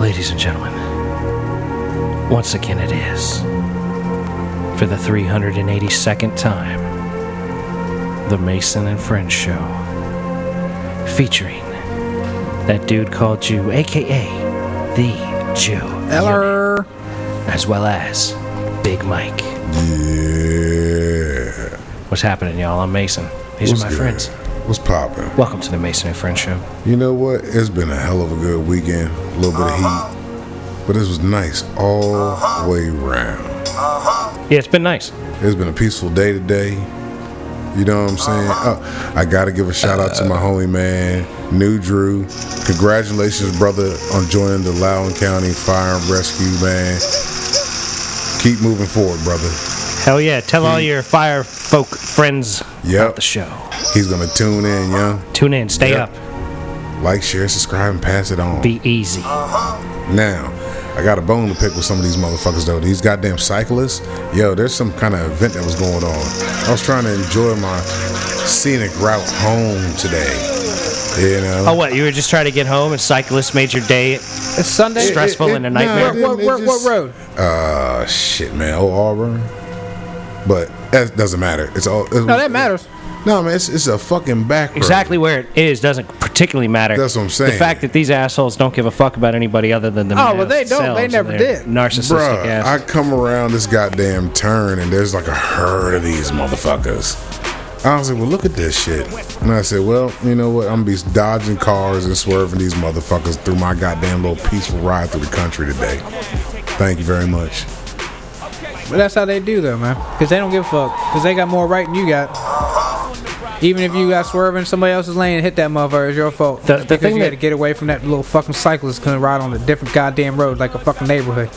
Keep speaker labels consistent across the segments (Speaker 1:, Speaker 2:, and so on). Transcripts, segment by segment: Speaker 1: Ladies and gentlemen, once again it is, for the 382nd time, The Mason and Friends Show, featuring that dude called Jew, aka The Jew,
Speaker 2: Eller.
Speaker 1: as well as Big Mike.
Speaker 3: Yeah.
Speaker 1: What's happening, y'all? I'm Mason. These
Speaker 3: What's
Speaker 1: are my
Speaker 3: good?
Speaker 1: friends.
Speaker 3: What's poppin'?
Speaker 1: Welcome to The Mason and Friends Show.
Speaker 3: You know what? It's been a hell of a good weekend. A little bit of heat. But this was nice all the way round.
Speaker 1: Yeah, it's been nice.
Speaker 3: It's been a peaceful day today. You know what I'm saying? Oh, I gotta give a shout out
Speaker 1: Uh.
Speaker 3: to my homie man, New Drew. Congratulations, brother, on joining the Loudoun County Fire and Rescue, man. Keep moving forward, brother.
Speaker 1: Hell yeah. Tell all your fire folk friends about
Speaker 3: Yep.
Speaker 1: Hmm. the show.
Speaker 3: He's gonna tune in, yeah.
Speaker 1: Tune in, stay
Speaker 3: Yeah.
Speaker 1: up,
Speaker 3: Like, share, subscribe, and pass it on.
Speaker 1: be easy.
Speaker 3: Now, I got a bone to pick with some of these motherfuckers though. These goddamn cyclists, yo, there's some kind of event that was going on. I was trying to enjoy my scenic route home today. You know,
Speaker 1: Oh, what? You were just trying to get home and cyclists made your day?
Speaker 2: It's Sunday.
Speaker 1: Stress- stressful and a nightmare.
Speaker 3: it didn't.
Speaker 2: What-
Speaker 3: It
Speaker 2: what- what
Speaker 3: just-
Speaker 2: road?
Speaker 3: Uh, shit, man, old Auburn. But that doesn't matter. It's all. It's,
Speaker 2: No, that matters.
Speaker 3: No, man, it's, it's a fucking back. road.
Speaker 1: Exactly where it is doesn't particularly matter.
Speaker 3: That's what I'm
Speaker 1: The
Speaker 3: saying.
Speaker 1: fact that these assholes don't give a fuck about anybody other than them.
Speaker 2: Oh, well, they don't. They never did.
Speaker 1: Narcissistic
Speaker 3: Bruh,
Speaker 1: ass.
Speaker 3: I come around this goddamn turn and there's like a herd of these motherfuckers. I was like, well, look at this shit. And I said, well, you know what? I'm gonna be dodging cars and swerving these motherfuckers through my goddamn little peaceful ride through the country today. Thank you very much.
Speaker 2: But that's how they do though, man. Because they don't give a fuck. Because they got more right than you got. Even if you got swerving in somebody else's lane and hit that motherfucker, it's your fault.
Speaker 1: The- the
Speaker 2: because
Speaker 1: thing
Speaker 2: you
Speaker 1: that-
Speaker 2: had to get away from that little fucking cyclist couldn't ride on a different goddamn road like a fucking neighborhood.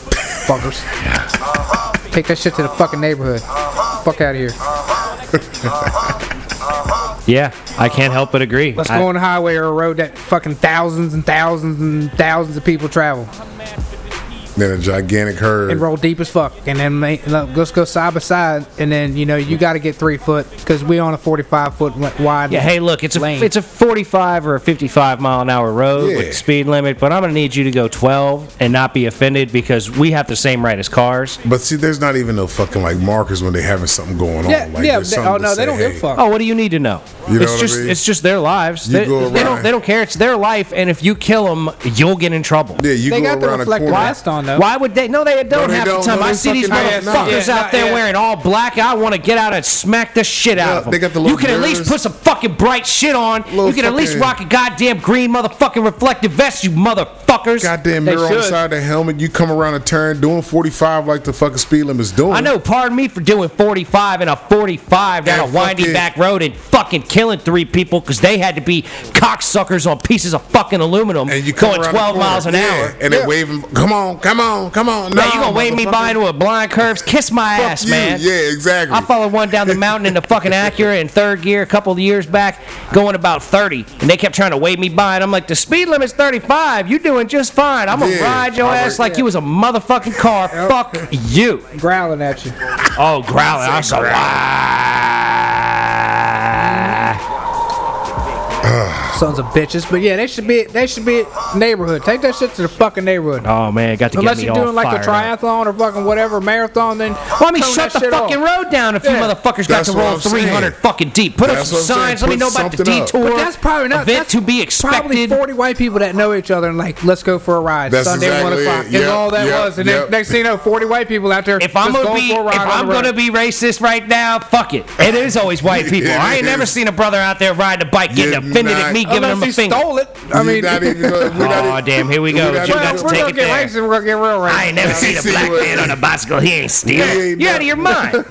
Speaker 2: Fuckers. Take that shit to the fucking neighborhood. Fuck out of here.
Speaker 1: yeah, I can't help but agree.
Speaker 2: Let's
Speaker 1: I-
Speaker 2: go on a highway or a road that fucking thousands and thousands and thousands of people travel
Speaker 3: Then a gigantic herd.
Speaker 2: and roll deep as fuck. And then ma- let- let's go side by side. And then, you know, you
Speaker 3: Mm.
Speaker 2: got to get three foot because we on a 45 foot li- wide.
Speaker 1: Yeah,
Speaker 3: Oh,
Speaker 1: hey, look, it's a
Speaker 2: lane.
Speaker 1: it's a 45 or a 55 mile an hour road with
Speaker 3: Yeah.
Speaker 1: the speed limit, but I'm gonna need you to go 12 and not be offended because we have the same right as cars.
Speaker 3: but see, there's not even no fucking like markers when they having something going on.
Speaker 2: Yeah,
Speaker 3: like,
Speaker 2: yeah.
Speaker 3: there's
Speaker 2: They,
Speaker 3: something
Speaker 2: oh
Speaker 3: to
Speaker 2: no,
Speaker 3: say,
Speaker 2: they don't give
Speaker 3: hey,
Speaker 2: a fuck.
Speaker 1: Oh, what do you need to know?
Speaker 3: You know
Speaker 1: it's
Speaker 3: what I
Speaker 1: just
Speaker 3: mean?
Speaker 1: it's just their lives.
Speaker 3: You
Speaker 1: they,
Speaker 3: go
Speaker 1: they don't
Speaker 3: around-
Speaker 1: they don't care. It's their life, and if you kill them, you'll get in trouble.
Speaker 3: Yeah, you
Speaker 2: They
Speaker 3: go
Speaker 2: got the
Speaker 3: around a
Speaker 2: reflector
Speaker 3: corner.
Speaker 2: glass on though.
Speaker 1: Why would they? No, they don't
Speaker 3: they
Speaker 1: half
Speaker 3: don't.
Speaker 1: the time.
Speaker 3: No,
Speaker 1: I
Speaker 3: they
Speaker 1: see these
Speaker 3: fucking
Speaker 1: motherfuckers
Speaker 3: don't. Nah.
Speaker 2: Yeah,
Speaker 1: out there
Speaker 2: yeah.
Speaker 1: wearing all black. I want to get out and smack the shit out
Speaker 3: Yeah,
Speaker 1: of them.
Speaker 3: they got the
Speaker 1: you
Speaker 3: little
Speaker 1: can at least
Speaker 3: mirrors.
Speaker 1: put some fucking bright shit on.
Speaker 3: Little
Speaker 1: you can at least
Speaker 3: fucking-
Speaker 1: rock a goddamn green motherfucking reflective vest, you motherfuckers.
Speaker 3: Goddamn
Speaker 2: They
Speaker 3: mirror on the
Speaker 2: should.
Speaker 3: side of the helmet. You come around a turn doing 45 like the fucking speed limit's doing.
Speaker 1: I know, pardon me for doing 45 and a 45 down
Speaker 3: Yeah,
Speaker 1: a windy
Speaker 3: fucking-
Speaker 1: back road and fucking killing three people because they had to be cocksuckers on pieces of fucking aluminum
Speaker 3: and you come
Speaker 1: going
Speaker 3: around the
Speaker 1: 12
Speaker 3: corner,
Speaker 1: miles an
Speaker 3: yeah,
Speaker 1: hour.
Speaker 3: and they waving. Come on, come on, come on. No,
Speaker 1: Now you gonna wave me
Speaker 3: motherfucker.
Speaker 1: by into a blind curves? Kiss my
Speaker 3: Fuck
Speaker 1: ass,
Speaker 3: you.
Speaker 1: man.
Speaker 3: Yeah, exactly.
Speaker 1: I followed one down the mountain in the fucking Acura in third gear a couple of years back, going about 30, and they kept trying to wave me by, and I'm like, the speed limit's 35. You doing just fine. I'm gonna
Speaker 3: Yeah,
Speaker 1: ride your
Speaker 3: I'm
Speaker 1: ass
Speaker 3: like-
Speaker 1: like you was a motherfucking car. Fuck you.
Speaker 2: Growling at you.
Speaker 1: Oh, growling. I said,
Speaker 2: Sons of bitches. But yeah, they should be they should be neighborhood. Take that shit to the fucking neighborhood.
Speaker 1: Oh man, got to
Speaker 2: Unless
Speaker 1: get me
Speaker 2: you're
Speaker 1: all
Speaker 2: doing like a
Speaker 1: fired up.
Speaker 2: triathlon or fucking whatever marathon, then
Speaker 1: Well, I mean,
Speaker 2: turn
Speaker 1: shut the
Speaker 2: that shit off.
Speaker 1: fucking road down if you
Speaker 2: Yeah.
Speaker 1: motherfuckers
Speaker 3: That's
Speaker 1: got to
Speaker 3: what
Speaker 1: roll
Speaker 3: I'm saying.
Speaker 1: 300 fucking deep. Put
Speaker 3: That's
Speaker 1: up
Speaker 3: what
Speaker 1: some
Speaker 3: I'm saying.
Speaker 1: signs. Let me
Speaker 3: Put
Speaker 1: know about the
Speaker 3: something up.
Speaker 1: detour.
Speaker 2: But that's probably not
Speaker 1: event
Speaker 2: that's
Speaker 1: to be
Speaker 2: Probably
Speaker 1: expected.
Speaker 2: 40 white people that know each other and like, let's go for a ride.
Speaker 3: That's
Speaker 2: Sunday one
Speaker 3: exactly
Speaker 2: o'clock.
Speaker 3: it.
Speaker 2: That's
Speaker 3: Yep,
Speaker 2: all that
Speaker 3: yep,
Speaker 2: was. And
Speaker 3: yep.
Speaker 2: next, next thing you know, 40 white people out there.
Speaker 1: If I'm
Speaker 2: just
Speaker 1: gonna
Speaker 2: going
Speaker 1: be,
Speaker 2: for a
Speaker 1: if
Speaker 2: ride on
Speaker 1: I'm
Speaker 2: the road.
Speaker 1: gonna be racist right now, fuck it. It is always white people. I ain't
Speaker 3: It
Speaker 1: never
Speaker 3: is.
Speaker 1: seen a brother out there riding a bike getting
Speaker 3: You're
Speaker 1: offended at
Speaker 3: not-
Speaker 1: me giving
Speaker 2: unless
Speaker 1: him a
Speaker 2: he
Speaker 1: finger.
Speaker 2: stole it. I mean,
Speaker 3: not even gonna- we're not
Speaker 1: Aw,
Speaker 3: even-
Speaker 1: damn, here we
Speaker 3: we're
Speaker 1: go.
Speaker 3: not
Speaker 1: You
Speaker 3: even
Speaker 1: got
Speaker 2: well,
Speaker 1: to
Speaker 2: we're
Speaker 1: take
Speaker 2: gonna
Speaker 1: it
Speaker 2: get
Speaker 1: there.
Speaker 2: racist. We're gonna get real racist.
Speaker 1: I ain't never seen a
Speaker 3: See
Speaker 1: black
Speaker 3: what-
Speaker 1: man on a bicycle. He ain't
Speaker 3: He
Speaker 1: stealing.
Speaker 3: ain't
Speaker 1: You're out
Speaker 3: not-
Speaker 1: of your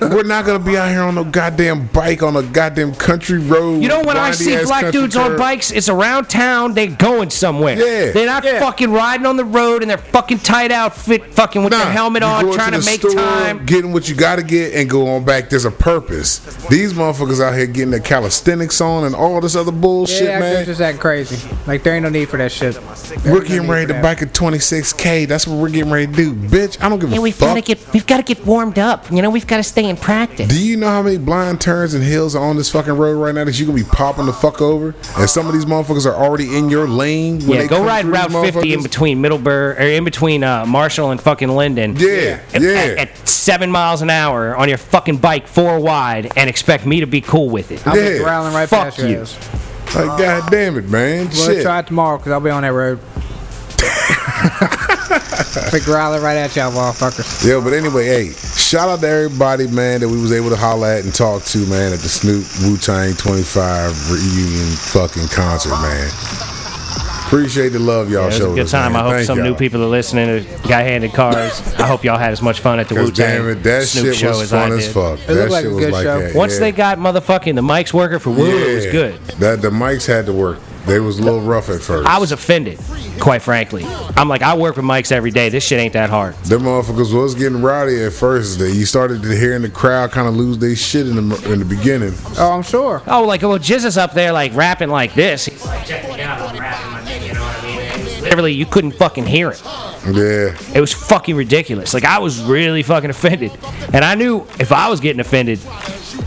Speaker 1: mind.
Speaker 3: We're not gonna be out here on no goddamn bike on a goddamn country road.
Speaker 1: You know when I
Speaker 3: windy
Speaker 1: see
Speaker 3: ass
Speaker 1: black
Speaker 3: country
Speaker 1: dudes on
Speaker 3: curve.
Speaker 1: bikes, it's around town. They're going somewhere.
Speaker 3: Yeah.
Speaker 1: They're not
Speaker 2: Yeah.
Speaker 1: fucking riding on the road in their fucking tight outfit, fucking with
Speaker 3: Nah,
Speaker 1: their helmet
Speaker 3: you
Speaker 1: on,
Speaker 3: going
Speaker 1: trying to,
Speaker 3: the
Speaker 1: make
Speaker 3: store,
Speaker 1: time.
Speaker 3: getting what you gotta get, and go on back. There's a purpose. These motherfuckers out here getting their calisthenics on and all this other bullshit,
Speaker 2: Yeah,
Speaker 3: man.
Speaker 2: just acting crazy. Like there ain't no need for that shit. There
Speaker 3: We're
Speaker 2: ain't no
Speaker 3: getting
Speaker 2: need
Speaker 3: ready
Speaker 2: for
Speaker 3: to
Speaker 2: that.
Speaker 3: bike at 26K. That's what we're getting ready to do. Bitch, I don't give a
Speaker 4: Yeah, we've got
Speaker 3: fuck.
Speaker 4: to get we've got to get warmed up. You know, we've got to stay in practice.
Speaker 3: do you know how many blind turns and hills are on this fucking road right now that you gonna be popping the fuck over? And some of these motherfuckers are already in your lane. When
Speaker 1: yeah,
Speaker 3: they
Speaker 1: go
Speaker 3: come
Speaker 1: ride
Speaker 3: through
Speaker 1: Route
Speaker 3: these
Speaker 1: 50 in
Speaker 3: motherfuckers?
Speaker 1: between Middleburg or in between uh, Marshall and fucking Linden.
Speaker 3: Yeah,
Speaker 1: At,
Speaker 3: yeah.
Speaker 1: At, at seven miles an hour on your fucking bike, four wide, and expect me to be cool with it.
Speaker 2: I'll
Speaker 3: Yeah.
Speaker 2: be growling right
Speaker 1: Fuck
Speaker 2: past your
Speaker 1: you.
Speaker 2: ass.
Speaker 3: Like, god damn it, man.
Speaker 2: Well,
Speaker 3: Shit.
Speaker 2: try it tomorrow because I'll be on that road. be growling right at y'all, motherfuckers.
Speaker 3: Yeah, but anyway, hey, shout out to everybody, man, that we was able to holler at and talk to, man, at the Snoop Wu Tang 25 reunion fucking concert, man. Appreciate the love y'all
Speaker 1: It was
Speaker 3: showed
Speaker 1: a good
Speaker 3: us,
Speaker 1: time.
Speaker 3: man.
Speaker 1: I hope
Speaker 3: Thank
Speaker 1: some
Speaker 3: y'all.
Speaker 1: new people are listening to Guy Handed Cars. I hope y'all had as much fun at the Wu
Speaker 3: 'Cause damn
Speaker 1: Tang
Speaker 3: it, that
Speaker 1: Snoop
Speaker 3: shit
Speaker 1: show
Speaker 3: was
Speaker 1: as
Speaker 3: fun
Speaker 1: I
Speaker 3: as
Speaker 1: did.
Speaker 3: fuck.
Speaker 2: looked
Speaker 3: That
Speaker 2: like a
Speaker 3: shit was
Speaker 2: good
Speaker 3: like
Speaker 2: show.
Speaker 3: that.
Speaker 1: Once
Speaker 3: yeah.
Speaker 1: they got motherfucking the mics working for Wu, it was
Speaker 3: Yeah.
Speaker 1: good.
Speaker 3: That the mics had to work. They was a little rough at first.
Speaker 1: I was offended, quite frankly. I'm like, I work with mics every day. This shit ain't that hard.
Speaker 3: Them motherfuckers was getting rowdy at first. That you started to hearing the crowd kind of lose their shit in the in the beginning.
Speaker 2: Oh, I'm sure.
Speaker 1: Oh, like, well, Jizz is up there, like, rapping like this. He's like, check me out, I'm rapping like this, you know what I mean? It was Literally, you couldn't fucking hear it.
Speaker 3: Yeah,
Speaker 1: It was fucking ridiculous. Like, I was really fucking offended. And I knew if I was getting offended,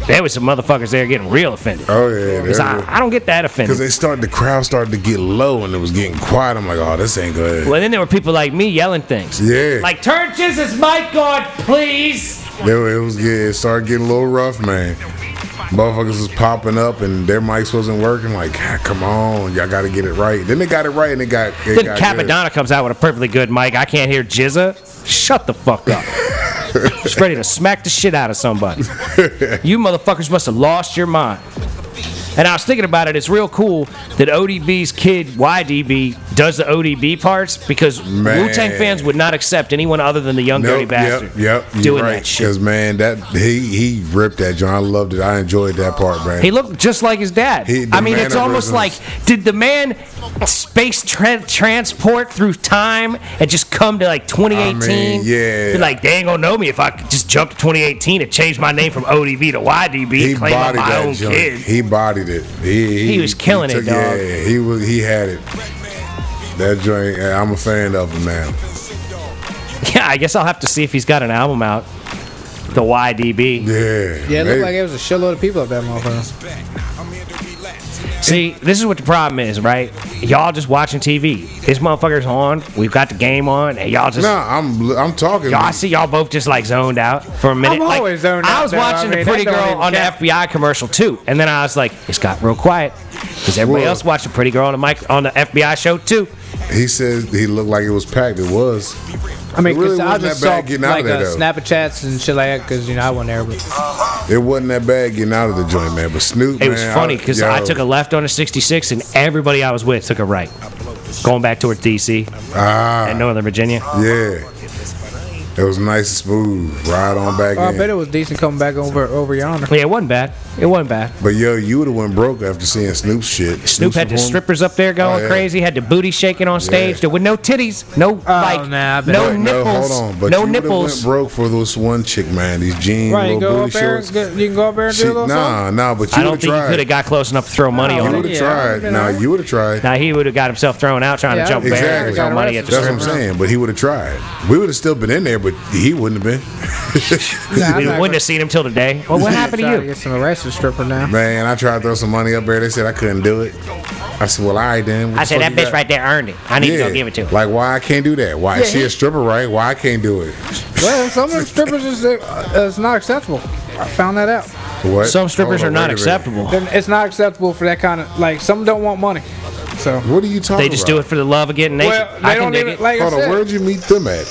Speaker 1: there was some motherfuckers there getting real offended.
Speaker 3: Oh, yeah,
Speaker 1: Because
Speaker 3: there
Speaker 1: I,
Speaker 3: were.
Speaker 1: I don't get that offended.
Speaker 3: because they started the crowd started to get low and it was getting quiet. I'm like, oh, this ain't good.
Speaker 1: well, then there were people like me yelling things.
Speaker 3: Yeah.
Speaker 1: Like, turn Jizz's mic on, please.
Speaker 3: It, wa- it was good. It started getting a little rough, man. Motherfuckers was popping up and their mics wasn't working. Like, God, come on, y'all got to get it right. Then they got it right and it got. It
Speaker 1: Then
Speaker 3: got
Speaker 1: Capadonna comes out with a perfectly good mic. I can't hear Jizza. Shut the fuck up. Just ready to smack the shit out of somebody. you motherfuckers must have lost your mind. And I was thinking about it. It's real cool that ODB's kid YDB does the ODB parts because
Speaker 3: Man.
Speaker 1: Wu Tang fans would not accept anyone other than the young dirty
Speaker 3: Nope,
Speaker 1: bastard
Speaker 3: yep, yep. you're
Speaker 1: doing
Speaker 3: right.
Speaker 1: that shit.
Speaker 3: Because man, that he he ripped that joint. I loved it. I enjoyed that part, man.
Speaker 1: He looked just like his dad.
Speaker 3: He- the
Speaker 1: I mean, it's almost like
Speaker 3: mannerisms.
Speaker 1: did the man space tra- transport through time and just come to like 2018?
Speaker 3: I mean, yeah.
Speaker 1: Be like, they ain't gonna know me if I could just jump to 2018 and change my name from ODB to YDB
Speaker 3: he
Speaker 1: and claim I'm
Speaker 3: bodied
Speaker 1: my
Speaker 3: that
Speaker 1: own
Speaker 3: joint.
Speaker 1: kid.
Speaker 3: He bodied it. He,
Speaker 1: He was killing it, dog.
Speaker 3: Yeah, he was. He had it. That joint. eh, I'm a fan of him now.
Speaker 1: Yeah, I guess I'll have to see if he's got an album out. The YDB.
Speaker 3: Yeah.
Speaker 2: Yeah, it
Speaker 3: they-
Speaker 2: looked like it was a shitload of people up that motherfucker.
Speaker 1: See, this is what the problem is, right? Y'all just watching TV. This motherfucker's on. We've got the game on, and y'all just
Speaker 3: Nah, I'm I'm talking.
Speaker 1: Y'all, I see y'all both just like zoned out for a minute.
Speaker 2: I'm
Speaker 1: like,
Speaker 2: always zoned
Speaker 1: I
Speaker 2: out,
Speaker 1: was
Speaker 2: though. I
Speaker 1: watching
Speaker 2: mean,
Speaker 1: the Pretty
Speaker 2: that don't
Speaker 1: Girl
Speaker 2: even
Speaker 1: on the
Speaker 2: count.
Speaker 1: FBI commercial too, and then I was like, it's got real quiet because everybody
Speaker 3: Whoa.
Speaker 1: else watched the Pretty Girl on the mic on the FBI show too.
Speaker 3: He said he looked like it was packed. It was.
Speaker 2: I mean,
Speaker 3: It really
Speaker 2: 'cause I
Speaker 3: wasn't
Speaker 2: just
Speaker 3: that bad
Speaker 2: saw
Speaker 3: getting out of
Speaker 2: like
Speaker 3: there,
Speaker 2: uh,
Speaker 3: though.
Speaker 2: Snapchats and shit like that because you know I wasn't there. But
Speaker 3: It wasn't that bad getting out of the joint, man. But Snoop,
Speaker 1: It was
Speaker 3: man,
Speaker 1: funny because I, took a left on a 66, and everybody I was with took a right, going back towards DC
Speaker 3: ah,
Speaker 1: and Northern Virginia.
Speaker 3: yeah. It was nice and smooth. Right on back
Speaker 2: well, I
Speaker 3: in.
Speaker 2: bet it was decent coming back over over yonder.
Speaker 1: Yeah, it wasn't bad. It wasn't bad.
Speaker 3: But yo, you would have went broke after seeing Snoop's shit.
Speaker 1: Snoop had the strippers up there going
Speaker 3: Oh, yeah.
Speaker 1: crazy, had the booty shaking on stage.
Speaker 3: Yeah.
Speaker 1: There were no titties, no like,
Speaker 2: nah, I bet.
Speaker 1: no
Speaker 2: Wait,
Speaker 1: nipples, no,
Speaker 3: hold on. But you would've
Speaker 1: nipples.
Speaker 3: Went broke for this one chick, man. These jeans,
Speaker 2: Right, you
Speaker 3: little
Speaker 2: go
Speaker 3: booty
Speaker 2: up there.
Speaker 3: shorts.
Speaker 2: And go, you can go up there and
Speaker 3: She,
Speaker 2: do a little something.
Speaker 3: nah, nah. But you
Speaker 1: I don't
Speaker 3: would
Speaker 1: think he
Speaker 3: have
Speaker 1: could have
Speaker 3: tried. Oh,
Speaker 1: got close enough to throw money
Speaker 2: No,
Speaker 1: on
Speaker 3: You
Speaker 2: got-
Speaker 1: him.
Speaker 3: would have
Speaker 2: Yeah,
Speaker 3: tried.
Speaker 2: you
Speaker 3: Nah,
Speaker 2: know.
Speaker 3: you would have tried.
Speaker 1: Now he would have got himself thrown out trying
Speaker 2: Yeah,
Speaker 1: to jump back
Speaker 3: exactly.
Speaker 1: and throw money at the
Speaker 3: That's what I'm
Speaker 1: stripper.
Speaker 3: saying. But he would have tried. We would have still been in there, but he wouldn't have been.
Speaker 2: Nah,
Speaker 1: We
Speaker 2: I'm not
Speaker 1: wouldn't
Speaker 2: gonna-
Speaker 1: have seen him till today. Well, what happened
Speaker 2: Try to
Speaker 1: to you?
Speaker 2: get some arrested stripper now.
Speaker 3: Man, I tried to throw some money up there. They said I couldn't do it. I said, well, all right then. What
Speaker 1: I
Speaker 3: the
Speaker 1: said
Speaker 3: fuck
Speaker 1: that
Speaker 3: you
Speaker 1: bitch
Speaker 3: got?"
Speaker 1: right there earned it. I need to go give it to him.
Speaker 3: Like, why I can't do that? Why is she a stripper, right? Why I can't do it?
Speaker 2: Well, some of the strippers is uh, it's not acceptable. I found that out.
Speaker 3: What?
Speaker 1: Some strippers
Speaker 3: Hold
Speaker 1: are
Speaker 3: on,
Speaker 1: not
Speaker 3: wait a minute.
Speaker 1: acceptable.
Speaker 2: Then it's not acceptable for that kind of like some don't want money. So
Speaker 3: What are you talking about?
Speaker 1: They just do it for the love of getting naked.
Speaker 2: well,
Speaker 1: I
Speaker 2: they
Speaker 1: can
Speaker 2: don't
Speaker 1: dig
Speaker 2: even
Speaker 1: it.
Speaker 2: like
Speaker 3: Hold
Speaker 2: I
Speaker 3: on,
Speaker 2: said.
Speaker 3: where'd you meet them at?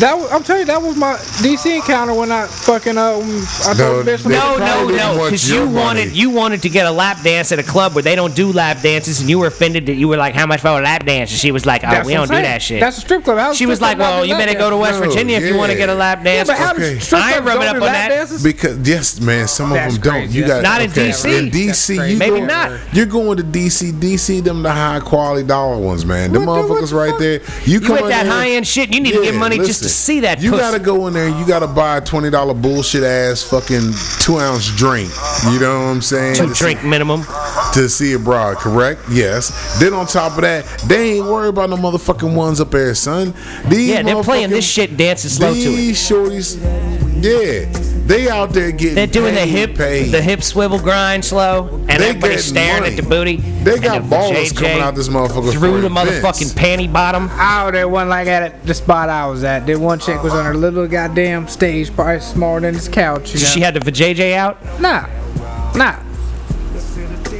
Speaker 2: That was, I'm telling you, that was my DC encounter when I fucking um, I
Speaker 3: No,
Speaker 2: told this
Speaker 3: they-
Speaker 1: no, no,
Speaker 3: probably
Speaker 1: no,
Speaker 3: want
Speaker 1: because you
Speaker 3: your money.
Speaker 1: wanted you wanted to get a lap dance at a club where they don't do lap dances, and you were offended that you were like, "How much for a lap dance?" And she was like, "Oh, we don't do that shit."
Speaker 2: That's a strip club. How
Speaker 1: she
Speaker 2: strip
Speaker 1: was like,
Speaker 2: club not
Speaker 1: "Well,
Speaker 2: do
Speaker 1: you
Speaker 2: lap
Speaker 1: better go to
Speaker 2: dances?"
Speaker 1: West
Speaker 3: No,
Speaker 1: Virginia if you want to
Speaker 3: yeah.
Speaker 1: get a lap
Speaker 2: Yeah,
Speaker 1: dance."
Speaker 2: but how
Speaker 3: Okay.
Speaker 2: do strip
Speaker 1: I ain't
Speaker 2: clubs
Speaker 1: rubbing
Speaker 2: don't
Speaker 1: up
Speaker 2: do
Speaker 1: on
Speaker 2: lap
Speaker 1: that.
Speaker 2: dances?
Speaker 3: Because yes, man, some
Speaker 2: That's
Speaker 3: of them don't.
Speaker 2: crazy.
Speaker 3: You
Speaker 2: That's
Speaker 3: got
Speaker 1: Not in DC.
Speaker 3: In DC,
Speaker 2: That's
Speaker 3: you
Speaker 2: crazy.
Speaker 1: Maybe
Speaker 3: go-
Speaker 1: not.
Speaker 3: You're going to DC. DC, them the high quality dollar ones, man. Them
Speaker 2: What the- what
Speaker 3: motherfuckers
Speaker 2: the
Speaker 3: right
Speaker 2: fuck?
Speaker 3: there.
Speaker 1: You
Speaker 3: You, come
Speaker 1: with
Speaker 3: in
Speaker 1: that
Speaker 3: there-
Speaker 1: high-end shit, you need to
Speaker 3: Yeah,
Speaker 1: get money just to
Speaker 3: listen.
Speaker 1: see that
Speaker 3: You
Speaker 1: pussy.
Speaker 3: gotta go in there. and You gotta buy a twenty dollar bullshit ass fucking two ounce drink. You know what I'm saying?
Speaker 1: Two
Speaker 3: To see-
Speaker 1: drink minimum.
Speaker 3: to to see abroad, correct? Yes. Then on top of that, they ain't worried about no motherfucking ones up there, son. These
Speaker 1: Yeah, they're playing this
Speaker 3: motherfucking-
Speaker 1: shit dancing slow to it.
Speaker 3: These shorties, yeah, they out there getting.
Speaker 1: They're doing the
Speaker 3: paid,
Speaker 1: hip,
Speaker 3: paid.
Speaker 1: the hip swivel grind slow, and
Speaker 3: They
Speaker 1: everybody's
Speaker 3: getting
Speaker 1: staring at
Speaker 3: money.
Speaker 1: the booty.
Speaker 3: They got
Speaker 1: and the
Speaker 3: ballers
Speaker 1: JJ
Speaker 3: coming out this motherfucker for
Speaker 1: through the
Speaker 3: events.
Speaker 1: motherfucking panty bottom.
Speaker 2: Oh, there one like at the spot I was at. That one chick was on her little goddamn stage, probably smaller than this couch. You know?
Speaker 1: She had the vajayjay out.
Speaker 2: Nah, nah.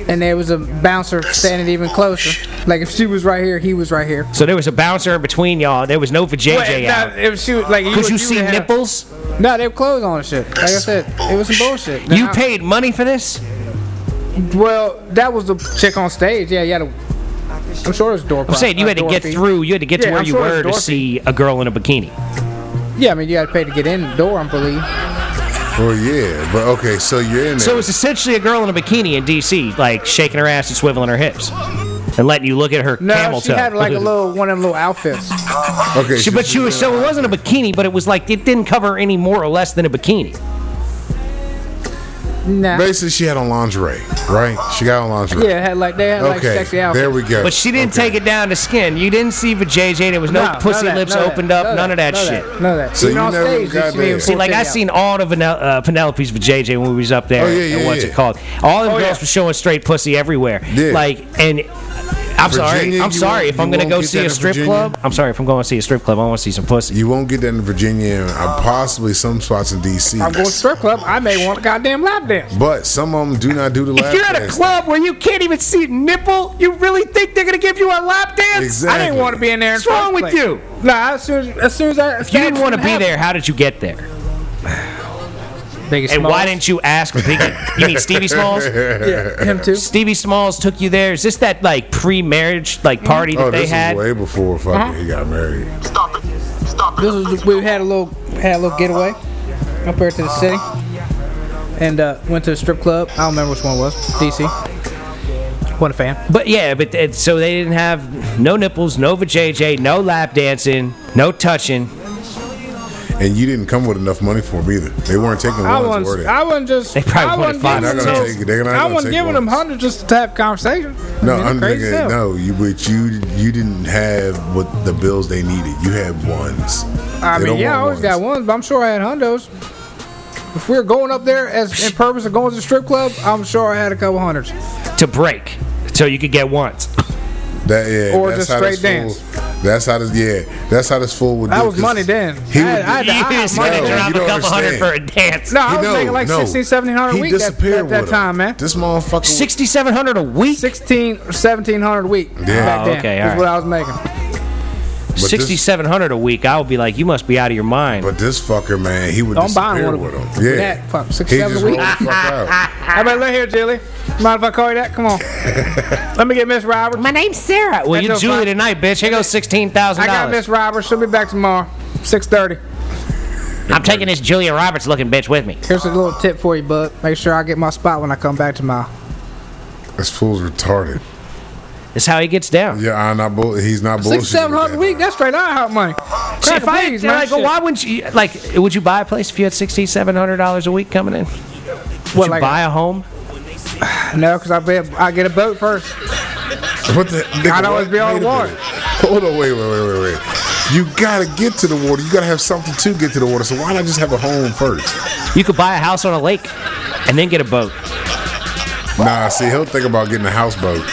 Speaker 2: And there was a bouncer standing even closer. Like if she was right here, he was right here.
Speaker 1: So there was a bouncer in between y'all. There was no vajayjay
Speaker 2: Wait,
Speaker 1: out.
Speaker 2: nah, if she was- like
Speaker 1: Could you,
Speaker 2: would-
Speaker 1: see
Speaker 2: would have-
Speaker 1: nipples?
Speaker 2: No, they were clothes on and shit. Like I said, it was some bullshit.
Speaker 1: you
Speaker 2: Now,
Speaker 1: paid money for this?
Speaker 2: Well, that was the chick on stage. Yeah, you had a. I'm sure it was door.
Speaker 1: I'm saying you had to get through. You had to get to
Speaker 2: Yeah,
Speaker 1: where
Speaker 2: I'm
Speaker 1: you
Speaker 2: sure it's
Speaker 1: were to
Speaker 2: Dorothy.
Speaker 1: see a girl in a bikini.
Speaker 2: Yeah, I mean you got to pay to get in the door. I believe.
Speaker 3: Well, yeah, but okay, so you're in there.
Speaker 1: So it was essentially a girl in a bikini in D.C., like shaking her ass and swiveling her hips, and letting you look at her
Speaker 2: No,
Speaker 1: camel
Speaker 2: she
Speaker 1: toe.
Speaker 2: had like a little one of them little outfits.
Speaker 3: okay,
Speaker 1: She,
Speaker 3: so
Speaker 1: but she
Speaker 3: you're
Speaker 1: was so it wasn't a bikini, but it was like it didn't cover any more or less than a bikini.
Speaker 2: Nah.
Speaker 3: Basically, she had on lingerie, right? She got on lingerie.
Speaker 2: Yeah, it had like they had like
Speaker 3: okay,
Speaker 2: sexy outfits.
Speaker 3: there we go.
Speaker 1: But she didn't
Speaker 3: Okay.
Speaker 1: take it down to skin. You didn't see vajayjay. There was no, pussy lips opened up. none of that shit.
Speaker 2: None of that.
Speaker 3: So
Speaker 2: Even
Speaker 3: you
Speaker 2: on
Speaker 3: never
Speaker 2: stage,
Speaker 3: got
Speaker 2: you see me
Speaker 3: there.
Speaker 2: in
Speaker 3: See,
Speaker 1: See, like I
Speaker 2: full
Speaker 1: seen all of Penel- uh, Penelope's vajayjay when we was up there.
Speaker 3: Oh, yeah,
Speaker 1: and
Speaker 3: yeah,
Speaker 1: what's
Speaker 3: yeah.
Speaker 1: it called? All the
Speaker 2: Oh,
Speaker 1: girls
Speaker 2: yeah.
Speaker 1: were showing straight pussy everywhere.
Speaker 3: Yeah.
Speaker 1: Like and. I'm sorry.
Speaker 3: Virginia,
Speaker 1: I'm
Speaker 3: you
Speaker 1: sorry.
Speaker 3: won't-
Speaker 1: If I'm
Speaker 3: you
Speaker 1: gonna
Speaker 3: won't
Speaker 1: go
Speaker 3: get
Speaker 1: see
Speaker 3: that
Speaker 1: a
Speaker 3: in
Speaker 1: strip
Speaker 3: Virginia?
Speaker 1: club, I'm sorry. If I'm going to see a strip club, I want to see some pussy.
Speaker 3: You won't get that in Virginia and uh, possibly some spots in D.C.
Speaker 2: I'm going to strip club. I may want a goddamn lap dance.
Speaker 3: But some of them do not do the lap
Speaker 1: If you're at a
Speaker 3: dance.
Speaker 1: club where you can't even see nipple, you really think they're gonna give you a lap dance?
Speaker 3: Exactly.
Speaker 2: I didn't want to be in there. in
Speaker 1: What's wrong
Speaker 2: first
Speaker 1: with
Speaker 2: place.
Speaker 1: you?
Speaker 2: Nah, as soon as, as soon as I
Speaker 1: You didn't want to be there. How did you get there?
Speaker 2: Biggest
Speaker 1: And why didn't you ask? Biggie? You mean Stevie Smalls?
Speaker 2: yeah, him too?
Speaker 1: Stevie Smalls took you there. Is this that like pre-marriage like party that
Speaker 3: Oh,
Speaker 1: they
Speaker 3: this
Speaker 1: had?
Speaker 3: is way before fucking
Speaker 2: Uh-huh.
Speaker 3: he got married.
Speaker 2: This was we had a little had a little getaway up here to the city, and uh, went to a strip club. I don't remember which one it was. DC. Wasn't a fan.
Speaker 1: but yeah, but it, so they didn't have no nipples, no vajayjay, no lap dancing, no touching.
Speaker 3: And you didn't come with enough money for them either. They weren't taking
Speaker 2: I
Speaker 3: ones, were
Speaker 2: wasn't.
Speaker 3: they?
Speaker 2: I wasn't just.
Speaker 1: They probably
Speaker 2: I wasn't
Speaker 1: wanted
Speaker 2: giving
Speaker 1: five
Speaker 2: them those-
Speaker 3: cents. They're not gonna take- they're not
Speaker 2: I
Speaker 3: gonna
Speaker 2: wasn't
Speaker 3: take
Speaker 2: giving them
Speaker 3: ones.
Speaker 2: hundreds just to have conversation.
Speaker 3: No,
Speaker 2: I mean,
Speaker 3: I'm
Speaker 2: they're crazy as
Speaker 3: thinking,
Speaker 2: hell.
Speaker 3: no, you but you you didn't have what the bills they needed. You had ones.
Speaker 2: I
Speaker 3: They
Speaker 2: mean,
Speaker 3: don't
Speaker 2: yeah, I always
Speaker 3: want
Speaker 2: got
Speaker 3: ones.
Speaker 2: ones, but I'm sure I had hundos. If we were going up there as in purpose of going to the strip club, I'm sure I had a couple hundreds.
Speaker 1: to break so you could get once.
Speaker 3: That yeah,
Speaker 2: Or
Speaker 3: that's
Speaker 2: just
Speaker 3: how this
Speaker 2: straight dance.
Speaker 3: Fool, that's how this yeah, that's how this fool would.
Speaker 2: That
Speaker 3: do,
Speaker 2: was
Speaker 3: 'cause
Speaker 2: money then.
Speaker 3: He
Speaker 2: I
Speaker 3: would,
Speaker 2: had- I had
Speaker 3: do-
Speaker 2: to-
Speaker 1: You
Speaker 2: I-
Speaker 1: was gonna
Speaker 2: no,
Speaker 1: drop
Speaker 3: you
Speaker 1: a
Speaker 3: don't
Speaker 1: couple hundred
Speaker 3: understand.
Speaker 1: for a dance.
Speaker 2: No, I
Speaker 3: he
Speaker 2: was
Speaker 3: know,
Speaker 2: making like
Speaker 3: no.
Speaker 2: sixteen, seventeen hundred 16, 1700
Speaker 3: He
Speaker 2: a week
Speaker 3: disappeared
Speaker 2: at, that
Speaker 3: with
Speaker 2: time,
Speaker 3: him.
Speaker 2: man.
Speaker 3: This motherfucker.
Speaker 1: Sixty-seven hundred a week.
Speaker 2: 16, 1700 a week
Speaker 3: Yeah.
Speaker 2: back
Speaker 1: Oh,
Speaker 2: then
Speaker 1: okay,
Speaker 2: is
Speaker 1: alright.
Speaker 2: what I was making.
Speaker 3: this-
Speaker 1: Sixty-seven hundred a week. I would be like, you must be out of your mind.
Speaker 3: But this fucker, man, he would
Speaker 2: I'm buying
Speaker 3: disappear
Speaker 2: one of
Speaker 3: with him.
Speaker 2: them.
Speaker 3: Yeah,
Speaker 2: That fuck, six,
Speaker 3: he
Speaker 2: seven
Speaker 3: just
Speaker 2: a
Speaker 3: rolled
Speaker 2: week.
Speaker 3: the fuck out.
Speaker 2: Everybody, look here, Jilly. Mind if I call you that? Come on. Let me get Miss Roberts.
Speaker 1: My name's Sarah. Well,
Speaker 2: That's
Speaker 1: you
Speaker 2: no
Speaker 1: Julie
Speaker 2: fun.
Speaker 1: tonight, bitch. Here goes sixteen thousand
Speaker 2: I got Miss
Speaker 1: dollars.
Speaker 2: Roberts. She'll be back tomorrow, 6.30.
Speaker 1: I'm taking this Julia Roberts looking bitch with me.
Speaker 2: Here's a little tip for you, bud. Make sure I get my spot when I come back tomorrow.
Speaker 3: This fool's retarded.
Speaker 1: That's how he gets down.
Speaker 3: Yeah, I'm not. Bull- he's not bullshit.
Speaker 2: Six, seven hundred a week. That's straight out hot money.
Speaker 1: See,
Speaker 2: Crack
Speaker 1: if I,
Speaker 2: please,
Speaker 1: they're
Speaker 2: man.
Speaker 1: like, well, why wouldn't you like? Would you buy a place if you had sixty-seven hundred dollars a week coming in? Would
Speaker 2: What,
Speaker 1: you
Speaker 2: like-
Speaker 1: buy a home?
Speaker 2: No, because I bet I get a boat first.
Speaker 3: What the? nigga,
Speaker 2: I'd always
Speaker 3: what?
Speaker 2: be on
Speaker 3: Wait a
Speaker 2: the water.
Speaker 3: minute. Hold on, wait, wait, wait, wait, wait. You gotta get to the water. You gotta have something to get to the water. So why not just have a home first?
Speaker 1: You could buy a house on a lake, and then get a boat.
Speaker 3: Nah, see, he'll think about getting a houseboat.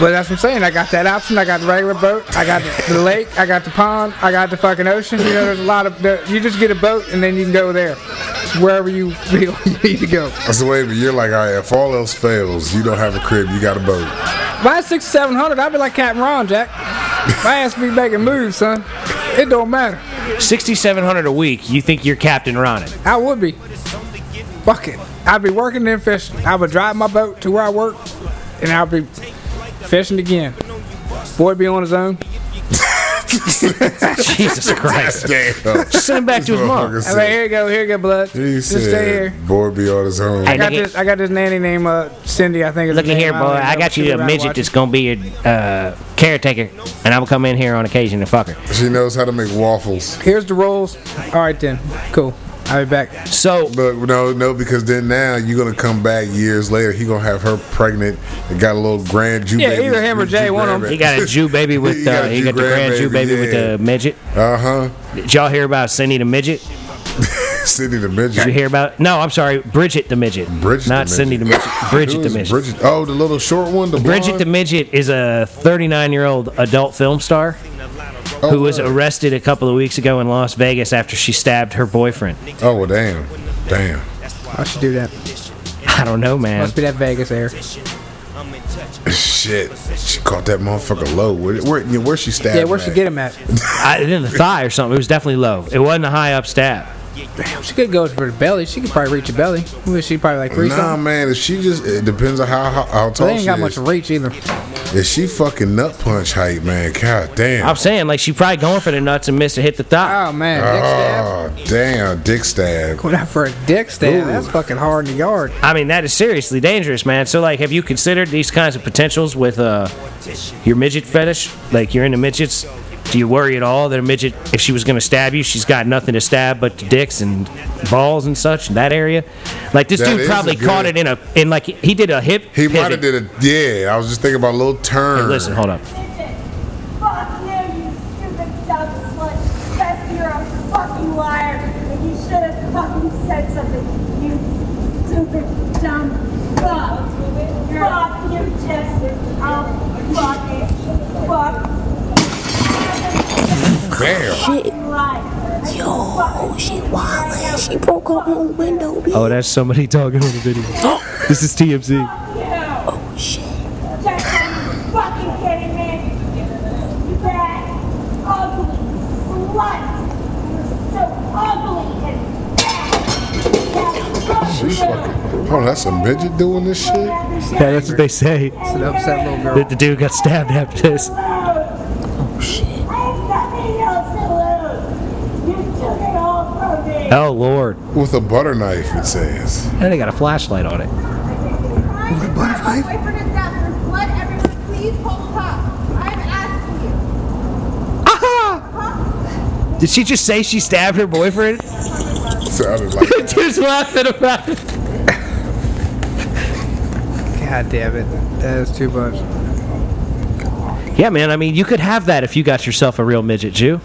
Speaker 2: But that's what I'm saying. I got that option. I got the regular boat. I got the, the lake. I got the pond. I got the fucking ocean. You know, there's a lot of. There, you just get a boat and then you can go there, wherever you feel you need to go.
Speaker 3: I said, wait, but you're like, all right, if all else fails, you don't have a crib, you got a boat.
Speaker 2: If I had six, seven hundred, I'd be like Captain Ron, Jack. My ass be making moves, son. It don't matter.
Speaker 1: Sixty-seven hundred a week. You think you're Captain Ronan?
Speaker 2: I would be. Fuck it. I'd be working and fishing. I would drive my boat to where I work, and I'd be fishing again. Boy, be on his own.
Speaker 1: Jesus Christ!
Speaker 3: Damn.
Speaker 1: Send him back to his mom.
Speaker 2: I'm like, here you go, here you go, blood.
Speaker 3: He
Speaker 2: Just stay
Speaker 3: said,
Speaker 2: here.
Speaker 3: boy, be on his own.
Speaker 2: I got this. I got this nanny named uh, Cindy. I think. is her
Speaker 1: Looky
Speaker 2: name.
Speaker 1: here, boy.
Speaker 2: I don't even
Speaker 1: I
Speaker 2: know.
Speaker 1: got
Speaker 2: She
Speaker 1: you
Speaker 2: was
Speaker 1: a
Speaker 2: around
Speaker 1: midget
Speaker 2: watching.
Speaker 1: that's gonna be your uh, caretaker, and I'm gonna come in here on occasion and fuck her.
Speaker 3: She knows how to make waffles.
Speaker 2: Here's the rules. All right then. Cool. I'll be back.
Speaker 1: So
Speaker 3: But no, no, because then now you're gonna come back years later. He gonna have her pregnant. and got a little grand Jew.
Speaker 2: Yeah,
Speaker 3: baby,
Speaker 2: either him or
Speaker 3: Jew
Speaker 2: Jay, one of 'em.
Speaker 3: grandbaby.
Speaker 1: he got a Jew baby with
Speaker 3: got
Speaker 1: uh,
Speaker 3: a
Speaker 1: he
Speaker 3: Jew
Speaker 1: got the grand Jew
Speaker 3: grandbaby,
Speaker 1: baby with
Speaker 3: yeah.
Speaker 1: the midget.
Speaker 3: Uh
Speaker 1: Did y'all hear about Cindy the midget?
Speaker 3: huh. Sydney the
Speaker 1: Did you
Speaker 3: midget.
Speaker 1: hear about? No, I'm sorry, Bridget the midget.
Speaker 3: Bridget the
Speaker 1: not
Speaker 3: midget.
Speaker 1: Cindy the midget. Bridget
Speaker 3: Who
Speaker 1: the
Speaker 3: is
Speaker 1: midget.
Speaker 3: Bridget. Oh, the little short one. The
Speaker 1: Bridget the
Speaker 3: blonde?
Speaker 1: Midget is a 39 year old adult film star
Speaker 3: Oh,
Speaker 1: who was arrested a couple of weeks ago in Las Vegas after she stabbed her boyfriend.
Speaker 3: Oh well, damn, damn.
Speaker 2: I should do that.
Speaker 1: I don't know, man.
Speaker 2: Must be that Vegas air.
Speaker 3: Shit, she caught that motherfucker low. Where, where, you know, where she stabbed?
Speaker 2: Yeah, where she
Speaker 3: at?
Speaker 2: get him at?
Speaker 1: I, in the thigh or something. It was definitely low. It wasn't a high up stab.
Speaker 2: She could go for the belly. She could probably reach a belly. She probably like three
Speaker 3: Nah,
Speaker 2: something.
Speaker 3: man. If she just, it depends on how how, how
Speaker 2: But
Speaker 3: tall
Speaker 2: they ain't
Speaker 3: she
Speaker 2: got much
Speaker 3: is.
Speaker 2: reach either.
Speaker 3: If she fucking nut punch height, man. God damn.
Speaker 1: I'm saying, like, she probably going for the nuts and missed and hit the thigh.
Speaker 2: Oh man, dick stab.
Speaker 3: oh damn, dick stab.
Speaker 2: Going out for a dick stab.
Speaker 3: Ooh.
Speaker 2: That's fucking hard in the yard.
Speaker 1: I mean, that is seriously dangerous, man. So, like, have you considered these kinds of potentials with uh, your midget fetish? Like, you're into midgets. Do you worry at all that a midget, if she was going to stab you, she's got nothing to stab but the dicks and balls and such in that area? Like, this
Speaker 3: That
Speaker 1: dude
Speaker 3: is
Speaker 1: probably
Speaker 3: a good-
Speaker 1: caught it in a, in like, he did a hip.
Speaker 3: He
Speaker 1: pivot.
Speaker 3: might have did a yeah. I was just thinking about a little turn.
Speaker 1: Listen, hold up.
Speaker 5: Fuck you, you stupid dumb slut. Beth, you're a fucking liar. And you should have fucking said something, you stupid dumb fuck. Fuck you, Jesse. I'll fuck you. Fuck.
Speaker 3: Damn.
Speaker 5: Shit. Yo, she wildin'. She
Speaker 6: broke her own window, bitch.
Speaker 1: Oh, that's somebody talking on the video. this is TMZ.
Speaker 5: Oh,
Speaker 6: shit.
Speaker 5: Jack, are you fucking kidding me? You bad, ugly slut. You're so ugly and bad.
Speaker 3: She's fucking. Oh, that's a midget doing this shit.
Speaker 1: Yeah, that's what they say.
Speaker 2: It's an upset little girl.
Speaker 1: That the dude got stabbed after this.
Speaker 5: Oh, shit. I have nothing else to lose. You took it all from me.
Speaker 1: Oh, Lord.
Speaker 3: With a butter knife, it says.
Speaker 1: And they got a flashlight on it.
Speaker 5: What, butterfly? Boyfriend is after blood. Everyone, please hold up. I'm asking you.
Speaker 1: Did she just say she stabbed her boyfriend?
Speaker 3: Sounded like that.
Speaker 1: Just laughing about it.
Speaker 2: God damn it, that is too much.
Speaker 1: Yeah, man. I mean, you could have that if you got yourself a real midget Jew.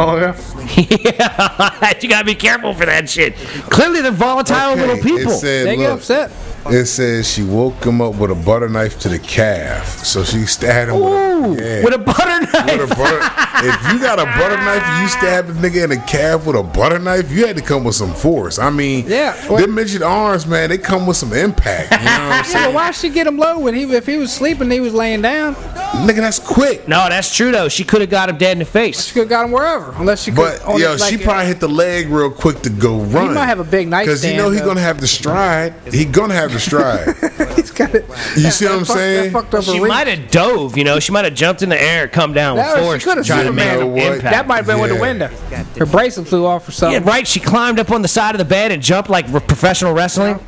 Speaker 2: Oh yeah.
Speaker 1: yeah, you gotta be careful for that shit. Clearly, they're volatile
Speaker 3: Okay, uh,
Speaker 1: little people.
Speaker 3: It said,
Speaker 2: They get
Speaker 3: look,
Speaker 2: upset.
Speaker 3: It says she woke him up with a butter knife to the calf, so she stabbed him
Speaker 1: Ooh,
Speaker 3: with a, yeah,
Speaker 1: with a butter knife.
Speaker 3: with a butter. if you got a butter knife, and you stab a nigga in the calf with a butter knife. You had to come with some force. I mean,
Speaker 2: Yeah, well-
Speaker 3: them midget arms, man, they come with some impact. You know what I'm
Speaker 2: Yeah,
Speaker 3: saying?
Speaker 2: why she get him low when he if he was sleeping he was laying down?
Speaker 3: nigga, that's quick.
Speaker 1: No, that's true though. She could have got him dead in the face.
Speaker 2: She could have got him wherever, unless she.
Speaker 3: But
Speaker 2: could, on
Speaker 3: yo,
Speaker 2: it, like,
Speaker 3: she probably hit the leg real quick to go run.
Speaker 2: might have a big
Speaker 3: because you
Speaker 2: nightstand,
Speaker 3: know he's
Speaker 2: though.
Speaker 3: gonna have the stride. He gonna have the stride.
Speaker 2: He's got it.
Speaker 3: You see what I'm
Speaker 2: That fuck- that
Speaker 3: saying?
Speaker 2: fucked up her
Speaker 1: She
Speaker 2: wing.
Speaker 1: might have dove. You know, she might have jumped in the air, come down with
Speaker 2: That was- she
Speaker 1: force,
Speaker 2: could have
Speaker 1: trying to make
Speaker 2: Superman.
Speaker 1: an
Speaker 3: You know what?
Speaker 1: impact.
Speaker 2: That might have been with the
Speaker 3: Yeah.
Speaker 2: window. Her bracelet flew off or
Speaker 1: Yeah,
Speaker 2: something.
Speaker 1: right. She climbed up on the side of the bed and jumped like r- professional wrestling.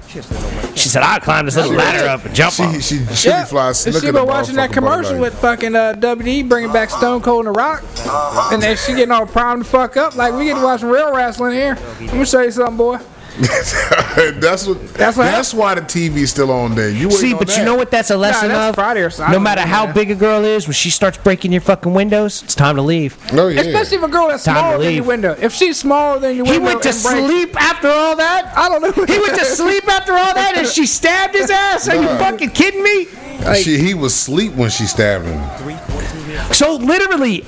Speaker 1: She said, "I climbed this little ladder up and jumped."
Speaker 3: She
Speaker 1: off."
Speaker 3: she she yeah. flies.
Speaker 2: and she been watching that commercial with fucking uh, WD bringing back Stone Cold and The Rock, and then she getting all primed to fuck up. Like we get to watch real wrestling here. Let me show you something, boy.
Speaker 3: that's what.
Speaker 2: That's
Speaker 3: That's,
Speaker 2: what
Speaker 3: why the TV's still on there. You
Speaker 1: See, but you know what? That's a lesson
Speaker 2: that's
Speaker 1: of.
Speaker 2: Friday or Saturday,
Speaker 1: no matter how
Speaker 2: man.
Speaker 1: big a girl is, when she starts breaking your fucking windows, it's time to leave.
Speaker 3: No, yeah.
Speaker 2: Especially if a girl that's
Speaker 1: Oh, Time to
Speaker 2: smaller than your
Speaker 1: leave.
Speaker 2: window. If she's smaller than your
Speaker 1: He
Speaker 2: window,
Speaker 1: went to
Speaker 2: and breaks-
Speaker 1: sleep after all that.
Speaker 2: I don't know.
Speaker 1: He went to sleep after all that, and she stabbed his ass. Are you
Speaker 3: Nah.
Speaker 1: fucking kidding me?
Speaker 3: she, he was asleep when she stabbed him.
Speaker 1: So literally,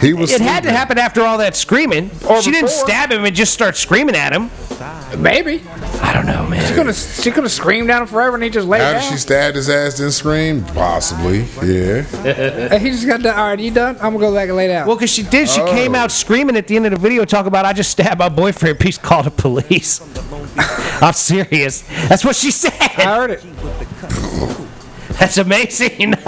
Speaker 3: He was.
Speaker 1: it had to
Speaker 3: sleeping.
Speaker 1: happen after all that screaming.
Speaker 2: Or
Speaker 1: she didn't
Speaker 2: before.
Speaker 1: stab him and just start screaming at him.
Speaker 2: Maybe
Speaker 1: I don't know, man.
Speaker 2: She coulda- she could have screamed at him forever, and he just laid
Speaker 3: After
Speaker 2: down.
Speaker 3: she stabbed his ass, then screamed. Possibly, yeah.
Speaker 2: And he just got done. All right, you done? I'm gonna go back and lay down.
Speaker 1: Well, because she did. She came
Speaker 3: Oh.
Speaker 1: out screaming at the end of the video, talking about, I just stabbed my boyfriend. Please call the police. I'm serious. That's what she said.
Speaker 2: I heard it.
Speaker 1: That's amazing.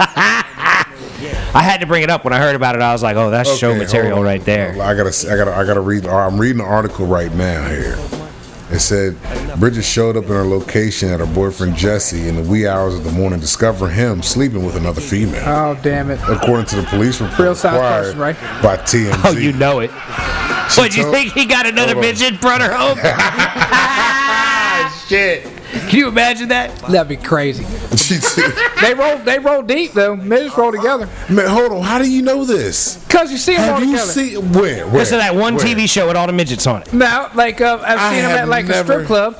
Speaker 1: I had to bring it up when I heard about it. I was like, oh, that's show
Speaker 3: Okay,
Speaker 1: material
Speaker 3: hold on.
Speaker 1: right there.
Speaker 3: I gotta, I gotta, I gotta read. Or I'm reading an article right now here. It said Bridget showed up in her location at her boyfriend Jesse in the wee hours of the morning, discovering him sleeping with another female.
Speaker 2: Oh damn it!
Speaker 3: according to the police report
Speaker 2: Real size
Speaker 3: acquired
Speaker 2: person, right?
Speaker 3: by TMZ.
Speaker 1: Oh, you Oh, know it. What, you
Speaker 3: told-
Speaker 1: think he got another
Speaker 3: Hold on.
Speaker 1: midget brought her home?
Speaker 3: Shit.
Speaker 1: Can you imagine that?
Speaker 2: That'd be crazy.
Speaker 3: She said-
Speaker 2: They roll, they roll deep though. They just roll together.
Speaker 3: Man, hold on. How do you know this?
Speaker 2: Cause you see them all
Speaker 3: Have you
Speaker 2: together.
Speaker 3: seen where? Where?
Speaker 1: Listen to that one
Speaker 3: Where?
Speaker 1: TV show with all the midgets on it.
Speaker 2: no, like uh, I've
Speaker 3: I
Speaker 2: seen them
Speaker 3: have
Speaker 2: at like a
Speaker 3: never-
Speaker 2: strip club.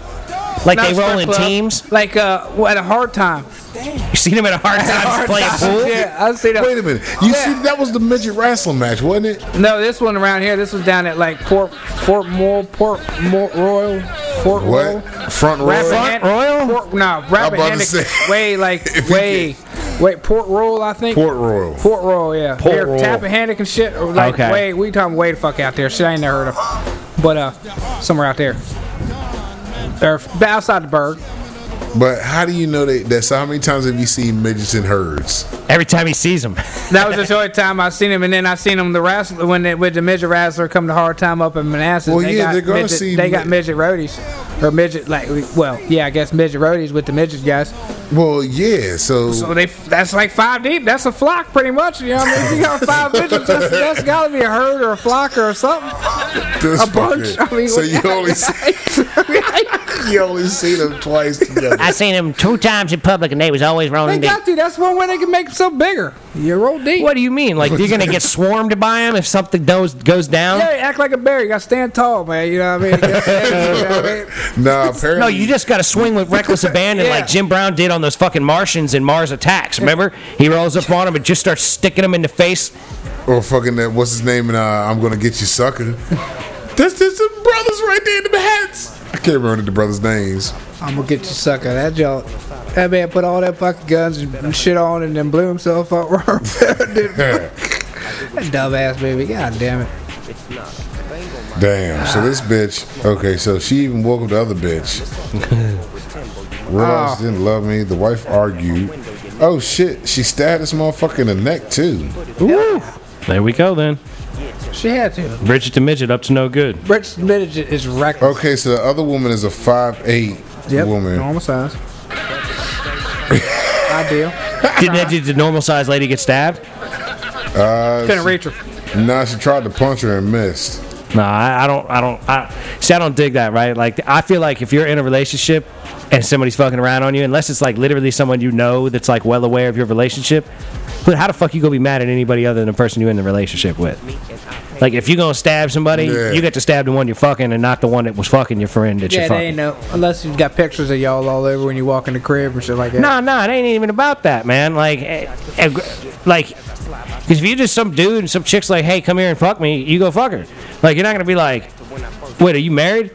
Speaker 1: Like
Speaker 2: Not
Speaker 1: they
Speaker 2: a
Speaker 1: roll
Speaker 2: strip
Speaker 1: in
Speaker 2: club,
Speaker 1: teams.
Speaker 2: Like uh, at a hard time.
Speaker 1: You seen them at a hard time
Speaker 2: Hard
Speaker 1: playing
Speaker 2: time.
Speaker 1: pool.
Speaker 2: Yeah, I've seen them.
Speaker 3: Wait a minute. You
Speaker 2: Yeah.
Speaker 3: see, that was the midget wrestling match, wasn't it?
Speaker 2: No, this one around here. This was down at like Port Fort Moore, Port Moore Royal, Fort Royal.
Speaker 3: What? Front row.
Speaker 2: Rapid
Speaker 1: Front
Speaker 2: Hand-
Speaker 1: Royal?
Speaker 2: Port, no,
Speaker 3: about
Speaker 2: Rapid
Speaker 3: to
Speaker 2: Hand-
Speaker 3: say.
Speaker 2: Way like
Speaker 3: If you
Speaker 2: way. Wait, Port Royal, I think.
Speaker 3: Port Royal.
Speaker 2: Port Royal, yeah.
Speaker 3: Port
Speaker 2: They're
Speaker 3: Royal.
Speaker 2: Tappahannock and shit. or, Like,
Speaker 1: Okay.
Speaker 2: Way, we talking way the fuck out there. Shit, I ain't never heard of. But uh, somewhere out there. They're f- outside the bird.
Speaker 3: But how do you know that? That's how many times have you seen midgets in herds?
Speaker 1: Every time he sees them.
Speaker 2: That was just the only time I seen him, and then I seen him the wrestler when they, with the midget wrestler come to hard time up in Manassas.
Speaker 3: Well, yeah, they're
Speaker 2: got
Speaker 3: gonna
Speaker 2: midget,
Speaker 3: see
Speaker 2: they
Speaker 3: mi-
Speaker 2: got midget roadies or midget like well, yeah, I guess midget roadies with the midget guys.
Speaker 3: Well, yeah. So,
Speaker 2: So they that's like five deep. That's a flock, pretty much. You know, what I mean, if you got five midgets, that's, that's got to be a herd or a flock or something.
Speaker 3: this
Speaker 2: A bunch.
Speaker 3: fucker-
Speaker 2: I mean,
Speaker 3: so
Speaker 2: we-
Speaker 3: you only see, you only see them twice together.
Speaker 1: I seen them two times in public, and they was always
Speaker 2: they
Speaker 1: rolling.
Speaker 2: got to. That's one way they can make them bigger. You roll deep.
Speaker 1: What do you mean? Like you're gonna get swarmed by them if something goes goes down?
Speaker 2: Yeah, you act like a bear. You got to stand tall, man. You know what I mean? You gotta stand tall, you know what I mean?
Speaker 3: nah, apparently.
Speaker 1: No, you just got to swing with reckless abandon
Speaker 2: Yeah.
Speaker 1: like Jim Brown did on those fucking Martians in Mars Attacks. Remember? He rolls up on him and just starts sticking him in the face.
Speaker 3: Or oh, fucking that. What's his name? And uh, I'm gonna get you, sucker. That's just the brothers right there in the hats. I can't remember the brothers' names.
Speaker 2: I'm gonna get you, sucker. That y'all, that man put all that fucking guns and shit on and then blew himself up. that dumbass baby. God damn it.
Speaker 3: Damn. So this bitch. Okay. So she even woke up the other bitch. Realized she didn't love me. The wife argued. Oh shit! She stabbed this motherfucker in the neck too.
Speaker 7: There we go then.
Speaker 2: She had to.
Speaker 7: Bridget the midget up to no good.
Speaker 2: Rich Midget is reckless.
Speaker 3: Okay. So the other woman is a five eight
Speaker 2: Yep.
Speaker 3: woman.
Speaker 2: Normal size. Ideal.
Speaker 1: Didn't that did the normal sized lady get stabbed?
Speaker 2: Couldn't reach her.
Speaker 3: Nah, she tried to punch her and missed.
Speaker 1: No, I, I don't. I don't. I see. I don't dig that. Right? Like, I feel like if you're in a relationship and somebody's fucking around on you, unless it's like literally someone you know that's like well aware of your relationship, but how the fuck you gonna be mad at anybody other than the person you're in the relationship with? Like, if you gonna stab somebody,
Speaker 3: Yeah.
Speaker 1: you get to stab the one you're fucking and not the one that was fucking your friend that
Speaker 2: Yeah,
Speaker 1: you're
Speaker 2: they
Speaker 1: fucking.
Speaker 2: ain't no. Unless you got pictures of y'all all over when you walk in the crib and shit like that.
Speaker 1: No, no, it ain't even about that, man. Like, eh, eh, gr- like, because if you just some dude and some chick's like, hey, come here and fuck me, you go fuck her. Like, you're not gonna be like, wait, are you married?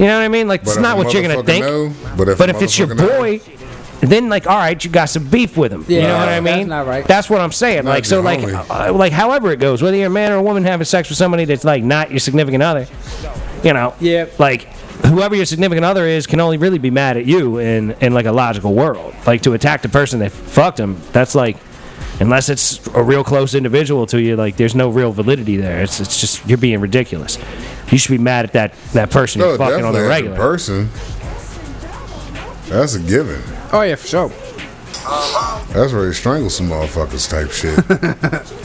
Speaker 1: You know what I mean? Like, it's
Speaker 3: if
Speaker 1: not
Speaker 3: a
Speaker 1: what you're gonna
Speaker 3: motherfucker
Speaker 1: think.
Speaker 3: know- but if,
Speaker 1: but
Speaker 3: a
Speaker 1: if it's your
Speaker 3: motherfucker know-
Speaker 1: boy, then like, all right, you got some beef with him. you
Speaker 2: Yeah,
Speaker 1: know what I
Speaker 2: that's
Speaker 1: mean?
Speaker 2: not right.
Speaker 1: That's what I'm saying. like, so
Speaker 3: your
Speaker 1: like,
Speaker 3: homie.
Speaker 1: uh, like, however it goes, whether you're a man or a woman having sex with somebody that's like not your significant other, you know,
Speaker 2: Yeah.
Speaker 1: like whoever your significant other is can only really be mad at you in in like a logical world. Like to attack the person that fucked him, that's like unless it's a real close individual to you, like there's no real validity there. It's it's just you're being ridiculous. You should be mad at that that person
Speaker 3: No,
Speaker 1: you're fucking on
Speaker 3: Oh, definitely
Speaker 1: the
Speaker 3: as a
Speaker 1: regular.
Speaker 3: person. That's a given.
Speaker 2: Oh yeah, for sure.
Speaker 3: That's where you strangle some motherfuckers type shit.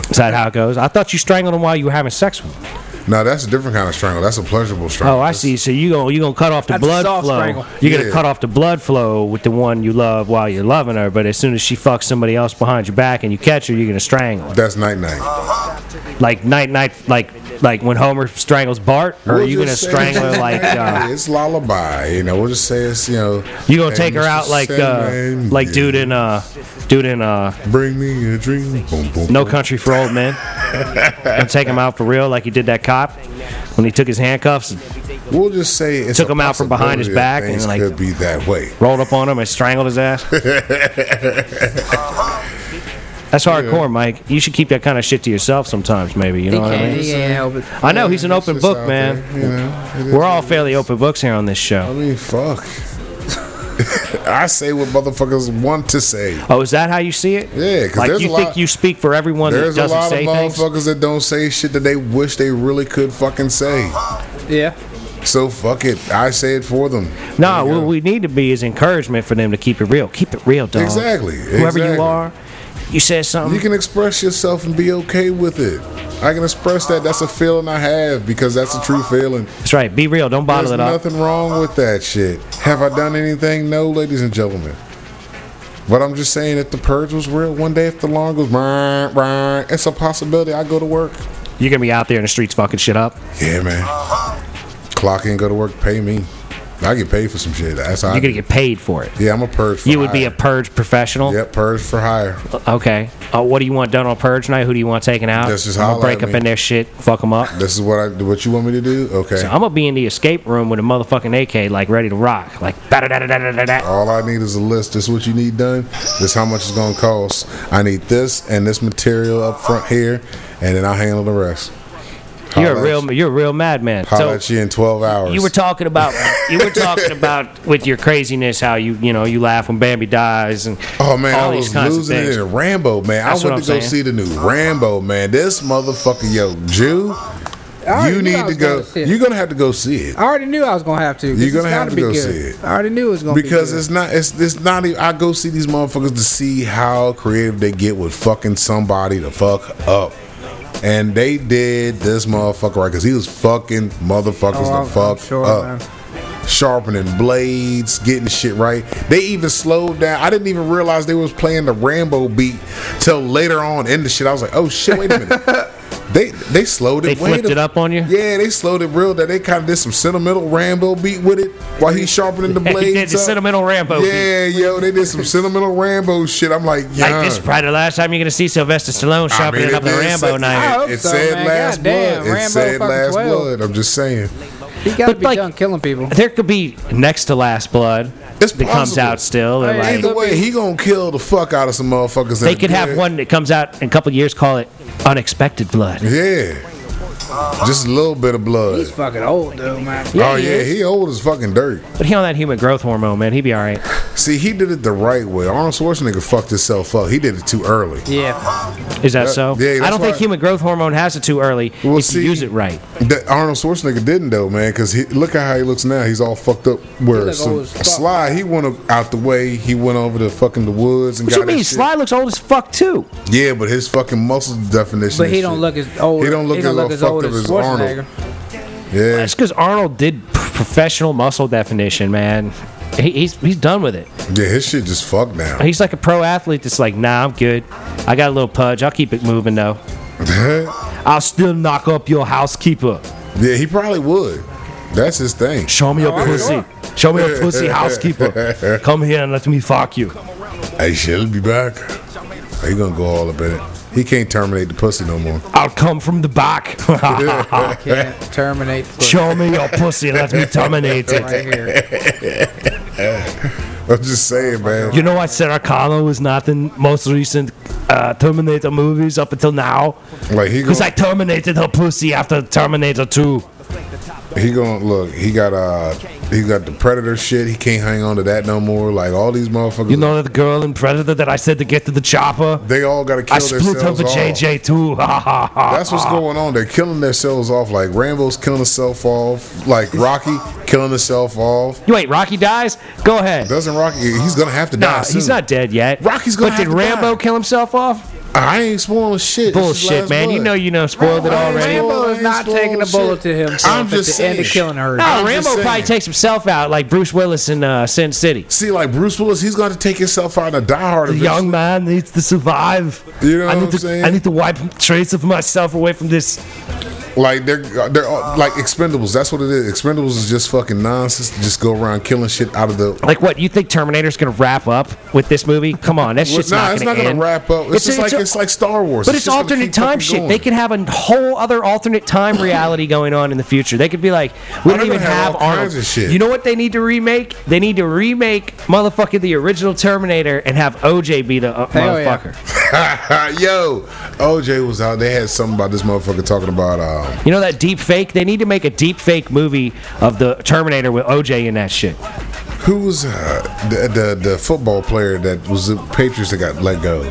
Speaker 1: Is that how it goes? I thought you strangled him while you were having sex with him.
Speaker 3: now that's a different kind of strangle. That's a pleasurable strangle.
Speaker 1: Oh, I see. So you gonna you gonna cut off the
Speaker 2: That's a
Speaker 1: blood
Speaker 2: soft
Speaker 1: flow.
Speaker 2: strangle.
Speaker 1: You're gonna
Speaker 3: Yeah.
Speaker 1: cut off the blood flow with the one you love while you're loving her, but as soon as she fucks somebody else behind your back and you catch her, you're gonna strangle her.
Speaker 3: That's night night.
Speaker 1: like night night like like when Homer strangles Bart, or are you gonna strangle her like uh,
Speaker 3: it's lullaby? You know, we'll just say it's you know.
Speaker 1: you gonna
Speaker 3: hey,
Speaker 1: take her
Speaker 3: Mr.
Speaker 1: out like uh,
Speaker 3: Sandman,
Speaker 1: like
Speaker 3: yeah,
Speaker 1: dude in uh dude in uh
Speaker 3: Bring me a dream. Boom boom.
Speaker 1: No Country for Old Men, and take him out for real like he did that cop when he took his handcuffs, and
Speaker 3: We'll just say it's
Speaker 1: Took
Speaker 3: a
Speaker 1: him out from behind his
Speaker 3: possibility
Speaker 1: back
Speaker 3: that Things
Speaker 1: and, like-
Speaker 3: could be that way.
Speaker 1: rolled up on him and strangled his ass. That's hardcore, Mike. You should keep that kind of shit to yourself sometimes, maybe. You know what I mean?
Speaker 2: help it.
Speaker 1: I know he's an open
Speaker 3: It's
Speaker 1: book,
Speaker 3: out
Speaker 1: man.
Speaker 3: there, you know, it is
Speaker 1: We're
Speaker 3: what
Speaker 1: all
Speaker 3: it
Speaker 1: fairly open books here on this
Speaker 3: I
Speaker 1: show.
Speaker 3: mean, fuck. I say what motherfuckers want to say.
Speaker 1: Oh, is that how you see it?
Speaker 3: Yeah, 'cause
Speaker 1: like
Speaker 3: there's
Speaker 1: you
Speaker 3: a
Speaker 1: think
Speaker 3: lot-
Speaker 1: you speak for everyone that
Speaker 3: There's a
Speaker 1: doesn't
Speaker 3: lot of
Speaker 1: say things.
Speaker 3: motherfuckers that don't say shit that they wish they really could fucking say.
Speaker 2: Yeah.
Speaker 3: So fuck it. I say it for them.
Speaker 1: No,
Speaker 3: There you
Speaker 1: what
Speaker 3: go.
Speaker 1: we need to be is encouragement for them to keep it real. Keep it real, dog.
Speaker 3: Exactly,
Speaker 1: Whoever you
Speaker 3: exactly.
Speaker 1: are, you said something.
Speaker 3: You can express yourself and be okay with it. I can express that. That's a feeling I have because that's a true feeling.
Speaker 1: That's right. Be real. Don't bottle it
Speaker 3: There's
Speaker 1: up.
Speaker 3: nothing wrong with that shit. Have I done anything? No, ladies and gentlemen. But I'm just saying, if the purge was real, one day if the lawn goes, "Brrr, brrr," it's a possibility. I go to work.
Speaker 1: You're gonna be out there in the streets fucking shit up.
Speaker 3: Yeah, man. Clock in, go to work, pay me. I get paid for some shit. That's how. I
Speaker 1: You're gonna
Speaker 3: do.
Speaker 1: get paid for it.
Speaker 3: yeah, I'm a purge. For
Speaker 1: You would be a
Speaker 3: hire.
Speaker 1: purge professional.
Speaker 3: Yep, purge for hire.
Speaker 1: Okay. Uh, what do you want done on purge night? Who do you want taken out?
Speaker 3: That's just
Speaker 1: I'm
Speaker 3: holla
Speaker 1: gonna break
Speaker 3: at
Speaker 1: up
Speaker 3: me.
Speaker 1: in their shit. Fuck them up.
Speaker 3: This is what I. What you want me to do? Okay.
Speaker 1: So I'm gonna be in the escape room with a motherfucking AK, like ready to rock, like da da da da da da da.
Speaker 3: All I need is a list. This is what you need done. This is how much it's gonna cost. I need this and this material up front here, and then I'll handle the rest.
Speaker 1: You're a
Speaker 3: Holla at
Speaker 1: real,
Speaker 3: you-
Speaker 1: you're a real madman.
Speaker 3: Holla
Speaker 1: So
Speaker 3: at you in 12 hours.
Speaker 1: you were talking about, you were talking about with your craziness how you, you know, you laugh when Bambi dies and
Speaker 3: Oh man,
Speaker 1: all
Speaker 3: I
Speaker 1: these
Speaker 3: was
Speaker 1: kinds of
Speaker 3: losing it
Speaker 1: things.
Speaker 3: in Rambo, man.
Speaker 1: That's
Speaker 3: I
Speaker 1: what
Speaker 3: went
Speaker 1: I'm
Speaker 3: to go
Speaker 1: saying.
Speaker 3: see the new Rambo, man. This motherfucker, yo, Jew,
Speaker 2: already
Speaker 3: you
Speaker 2: knew I
Speaker 3: need to
Speaker 2: was
Speaker 3: go.
Speaker 2: gonna see it.
Speaker 3: You're gonna have to go see it
Speaker 2: I already knew I was gonna have to. 'cause
Speaker 3: You're
Speaker 2: it's
Speaker 3: gonna
Speaker 2: gotta
Speaker 3: have to
Speaker 2: be
Speaker 3: go
Speaker 2: good.
Speaker 3: see it.
Speaker 2: I already knew it was gonna
Speaker 3: because
Speaker 2: be good.
Speaker 3: it's not. It's it's not even. I go see these motherfuckers to see how creative they get with fucking somebody to fuck up. And they did this motherfucker right because he was fucking motherfuckers
Speaker 2: Oh, I'm-
Speaker 3: to
Speaker 2: I'm
Speaker 3: fuck
Speaker 2: sure,
Speaker 3: up.
Speaker 2: man.
Speaker 3: sharpening blades, getting shit right. They even slowed down. I didn't even realize they was playing the Rambo beat till later on in the shit. I was like, oh shit, wait a minute. they they slowed
Speaker 1: they
Speaker 3: it. way
Speaker 1: flipped
Speaker 3: the-
Speaker 1: it up on you.
Speaker 3: Yeah, they slowed it real. That they kind of did some sentimental Rambo beat with it while he sharpening the
Speaker 1: They
Speaker 3: blades.
Speaker 1: did the
Speaker 3: up.
Speaker 1: sentimental Rambo beat.
Speaker 3: Yeah, yo, they did some sentimental Rambo shit. I'm like, yeah.
Speaker 1: Like this is probably the last time you're gonna see Sylvester Stallone shopping it up at Rambo night.
Speaker 2: I hope
Speaker 3: It,
Speaker 2: so,
Speaker 3: said
Speaker 2: man.
Speaker 3: last
Speaker 2: Goddamn,
Speaker 3: blood. It
Speaker 2: Rambo
Speaker 3: said
Speaker 2: fucking
Speaker 3: last
Speaker 2: 12.
Speaker 3: blood. I'm just saying.
Speaker 2: He gotta
Speaker 1: But,
Speaker 2: be
Speaker 1: like-
Speaker 2: done killing people.
Speaker 1: There could be next to last blood
Speaker 3: It's
Speaker 1: that comes
Speaker 3: possible.
Speaker 1: out still. and,
Speaker 2: Hey,
Speaker 1: like,
Speaker 3: Either way, he gonna kill the fuck out of some motherfuckers.
Speaker 1: they
Speaker 3: that
Speaker 1: could have
Speaker 3: did-
Speaker 1: one that comes out in a couple years. Call it unexpected blood.
Speaker 3: Yeah. Just a little bit of blood.
Speaker 2: He's fucking old though, man.
Speaker 3: oh yeah, he old as fucking dirt.
Speaker 1: But he on that human growth hormone, man. He'd be all right.
Speaker 3: See, he did it the right way. Arnold Schwarzenegger fucked himself up. He did it too early.
Speaker 2: Yeah.
Speaker 1: Is that so?
Speaker 3: yeah, that's
Speaker 1: I don't think
Speaker 3: why-
Speaker 1: human growth hormone has it too early
Speaker 3: Well,
Speaker 1: if
Speaker 3: see-
Speaker 1: you use it right.
Speaker 3: That Arnold Schwarzenegger didn't though, man. Because look at how he looks now. He's all fucked up. Where
Speaker 2: look
Speaker 3: so,
Speaker 2: old as fuck.
Speaker 3: Sly, he went up- out the way. He went over to fucking the woods and
Speaker 1: What
Speaker 3: got
Speaker 1: you mean?
Speaker 3: that shit.
Speaker 1: Sly looks old as fuck too.
Speaker 3: Yeah, but his fucking muscle definition.
Speaker 2: But
Speaker 3: and
Speaker 2: he don't
Speaker 3: shit.
Speaker 2: look as old.
Speaker 3: He don't
Speaker 2: he
Speaker 3: look, as,
Speaker 2: don't look
Speaker 3: all
Speaker 2: as
Speaker 3: fucked
Speaker 2: old as
Speaker 3: up as Arnold.
Speaker 2: Schwarzenegger.
Speaker 3: Yeah,
Speaker 1: That's because Arnold did p- professional muscle definition, man. He, he's he's done with it.
Speaker 3: yeah, his shit just fucked now.
Speaker 1: He's like a pro athlete that's like, nah, I'm good. I got a little pudge. I'll keep it moving though. I'll still knock up your housekeeper.
Speaker 3: yeah, he probably would. That's his thing.
Speaker 1: Show me your
Speaker 2: Oh, I'm
Speaker 1: pussy.
Speaker 2: sure.
Speaker 1: Show me your pussy, housekeeper. Come here and let me fuck you.
Speaker 3: Hey, she'll be back. He gonna go all up in it. He can't terminate the pussy no more.
Speaker 1: I'll come from the back.
Speaker 2: Can't terminate for
Speaker 1: Show me your pussy. Let me terminate it.
Speaker 2: right here.
Speaker 3: I'm just saying, man.
Speaker 1: You know why Sarah Connor was not in most recent uh, Terminator movies up until now?
Speaker 3: like he
Speaker 1: Because I
Speaker 3: gonna,
Speaker 1: terminated her pussy after Terminator 2.
Speaker 3: he gonna look. He got uh, he got the predator shit. He can't hang on to that no more. Like all these motherfuckers.
Speaker 1: You know that girl in Predator that I said to get to the chopper?
Speaker 3: they all gotta kill
Speaker 1: I split her
Speaker 3: themselves
Speaker 1: for
Speaker 3: off.
Speaker 1: JJ too. Ha ha ha.
Speaker 3: That's what's going on. They're killing themselves off. Like Rambo's killing himself off. Like Rocky killing himself off.
Speaker 1: You wait, Rocky dies? Go ahead.
Speaker 3: Doesn't Rocky? He's gonna have to
Speaker 1: Nah,
Speaker 3: die.
Speaker 1: he's
Speaker 3: soon.
Speaker 1: not dead yet.
Speaker 3: Rocky's gonna
Speaker 1: But did
Speaker 3: have to
Speaker 1: Rambo
Speaker 3: die.
Speaker 1: kill himself off?
Speaker 3: I ain't spoiling shit. This is
Speaker 1: Bullshit,
Speaker 3: last
Speaker 1: man. You
Speaker 3: blood.
Speaker 1: know you know spoiled it
Speaker 3: Rambo-
Speaker 1: already.
Speaker 2: Rambo is not
Speaker 3: Spoiled
Speaker 2: taking a
Speaker 3: shit.
Speaker 2: bullet to himself
Speaker 3: I'm
Speaker 2: at
Speaker 3: just
Speaker 2: the end of
Speaker 3: saying.
Speaker 2: killing her.
Speaker 1: No,
Speaker 3: I'm just
Speaker 1: Rambo probably
Speaker 3: saying.
Speaker 1: takes himself out like Bruce Willis in uh, Sin City.
Speaker 3: See, like Bruce Willis, he's gonna take himself out in a diehard.
Speaker 1: The young man needs to survive.
Speaker 3: You know
Speaker 1: I
Speaker 3: what
Speaker 1: need
Speaker 3: I'm
Speaker 1: to,
Speaker 3: saying?
Speaker 1: I need to wipe trace of myself away from this.
Speaker 3: Like they're they're all- like Expendables. That's what it is. Expendables is just fucking nonsense. Just go around killing shit out of the.
Speaker 1: Like, what you think Terminator's gonna wrap up with this movie? Come on, that shit's
Speaker 3: nah,
Speaker 1: not
Speaker 3: it's
Speaker 1: gonna
Speaker 3: not gonna
Speaker 1: end.
Speaker 3: wrap up. It's just like- it's like Star Wars.
Speaker 1: But
Speaker 3: It's
Speaker 1: it's,
Speaker 3: just gonna
Speaker 1: alternate
Speaker 3: keep fucking
Speaker 1: time shit.
Speaker 3: going.
Speaker 1: They could have a whole other alternate time reality going on in the future. They could be like, we
Speaker 3: Oh,
Speaker 1: don't
Speaker 3: they're
Speaker 1: even
Speaker 3: gonna have
Speaker 1: have
Speaker 3: all kinds
Speaker 1: Arnold.
Speaker 3: of shit.
Speaker 1: You know what they need to remake? They need to remake motherfucking the original Terminator and have OJ be the uh,
Speaker 2: Hell yeah.
Speaker 1: motherfucker.
Speaker 3: Yo, OJ was out. They had something about this motherfucker talking about. Um,
Speaker 1: You know that deep fake? They need to make a deep fake movie of the Terminator with OJ in that shit.
Speaker 3: who was uh, the, the the football player that was the Patriots that got let go?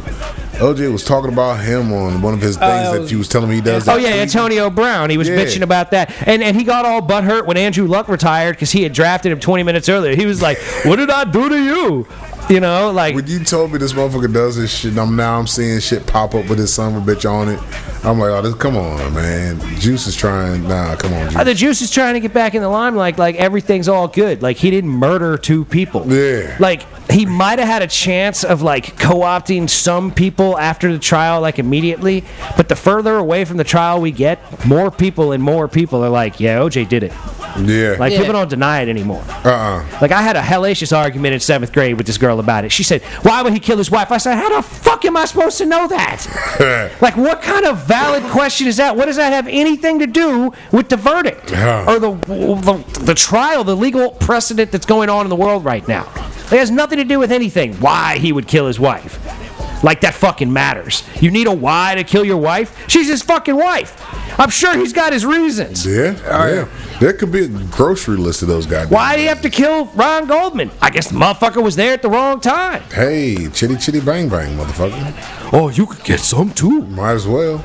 Speaker 3: OJ was talking about him on one of his things
Speaker 2: that
Speaker 3: that
Speaker 2: was-
Speaker 3: you was telling me he does.
Speaker 1: Oh
Speaker 3: that
Speaker 1: yeah,
Speaker 3: tweet.
Speaker 1: Antonio Brown. He was
Speaker 3: Yeah.
Speaker 1: bitching about that, and and he got all butthurt when Andrew Luck retired because he had drafted him 20 minutes earlier. He was like, "What did I do to you? You know, like
Speaker 3: When you told me this motherfucker does this shit, and I'm now I'm seeing shit pop up with his son of a bitch on it. I'm like, oh, this, come on, man. Juice is trying. Nah, come on,
Speaker 1: Oh,
Speaker 3: Juice.
Speaker 1: the juice is trying to get back in the limelight. Like everything's all good. Like he didn't murder two people.
Speaker 3: Yeah.
Speaker 1: Like he might have had a chance of like co-opting some people after the trial, like immediately. But the further away from the trial we get, more people and more people are like, "Yeah, OJ did it."
Speaker 3: Yeah.
Speaker 1: Like
Speaker 6: Yeah.
Speaker 1: people don't deny it anymore.
Speaker 3: uh-uh.
Speaker 1: Like I had a hellacious argument in seventh grade with this girl about it. She said, "Why would he kill his wife?" I said, "How the fuck am I supposed to know that?" like, what kind of valid question is that? What does that have anything to do with the verdict
Speaker 3: Yeah.
Speaker 1: or the, the the trial, the legal precedent that's going on in the world right now? It has nothing to do with anything. Why he would kill his wife? Like that fucking matters. You need a why to kill your wife? She's his fucking wife. I'm sure he's got his reasons.
Speaker 3: Yeah. yeah. There could be a grocery list of those guys.
Speaker 1: Why do you have to kill Ron Goldman? I guess the motherfucker was there at the wrong time.
Speaker 3: Hey, chitty chitty bang bang, motherfucker.
Speaker 1: Oh, you could get some too.
Speaker 3: Might as well.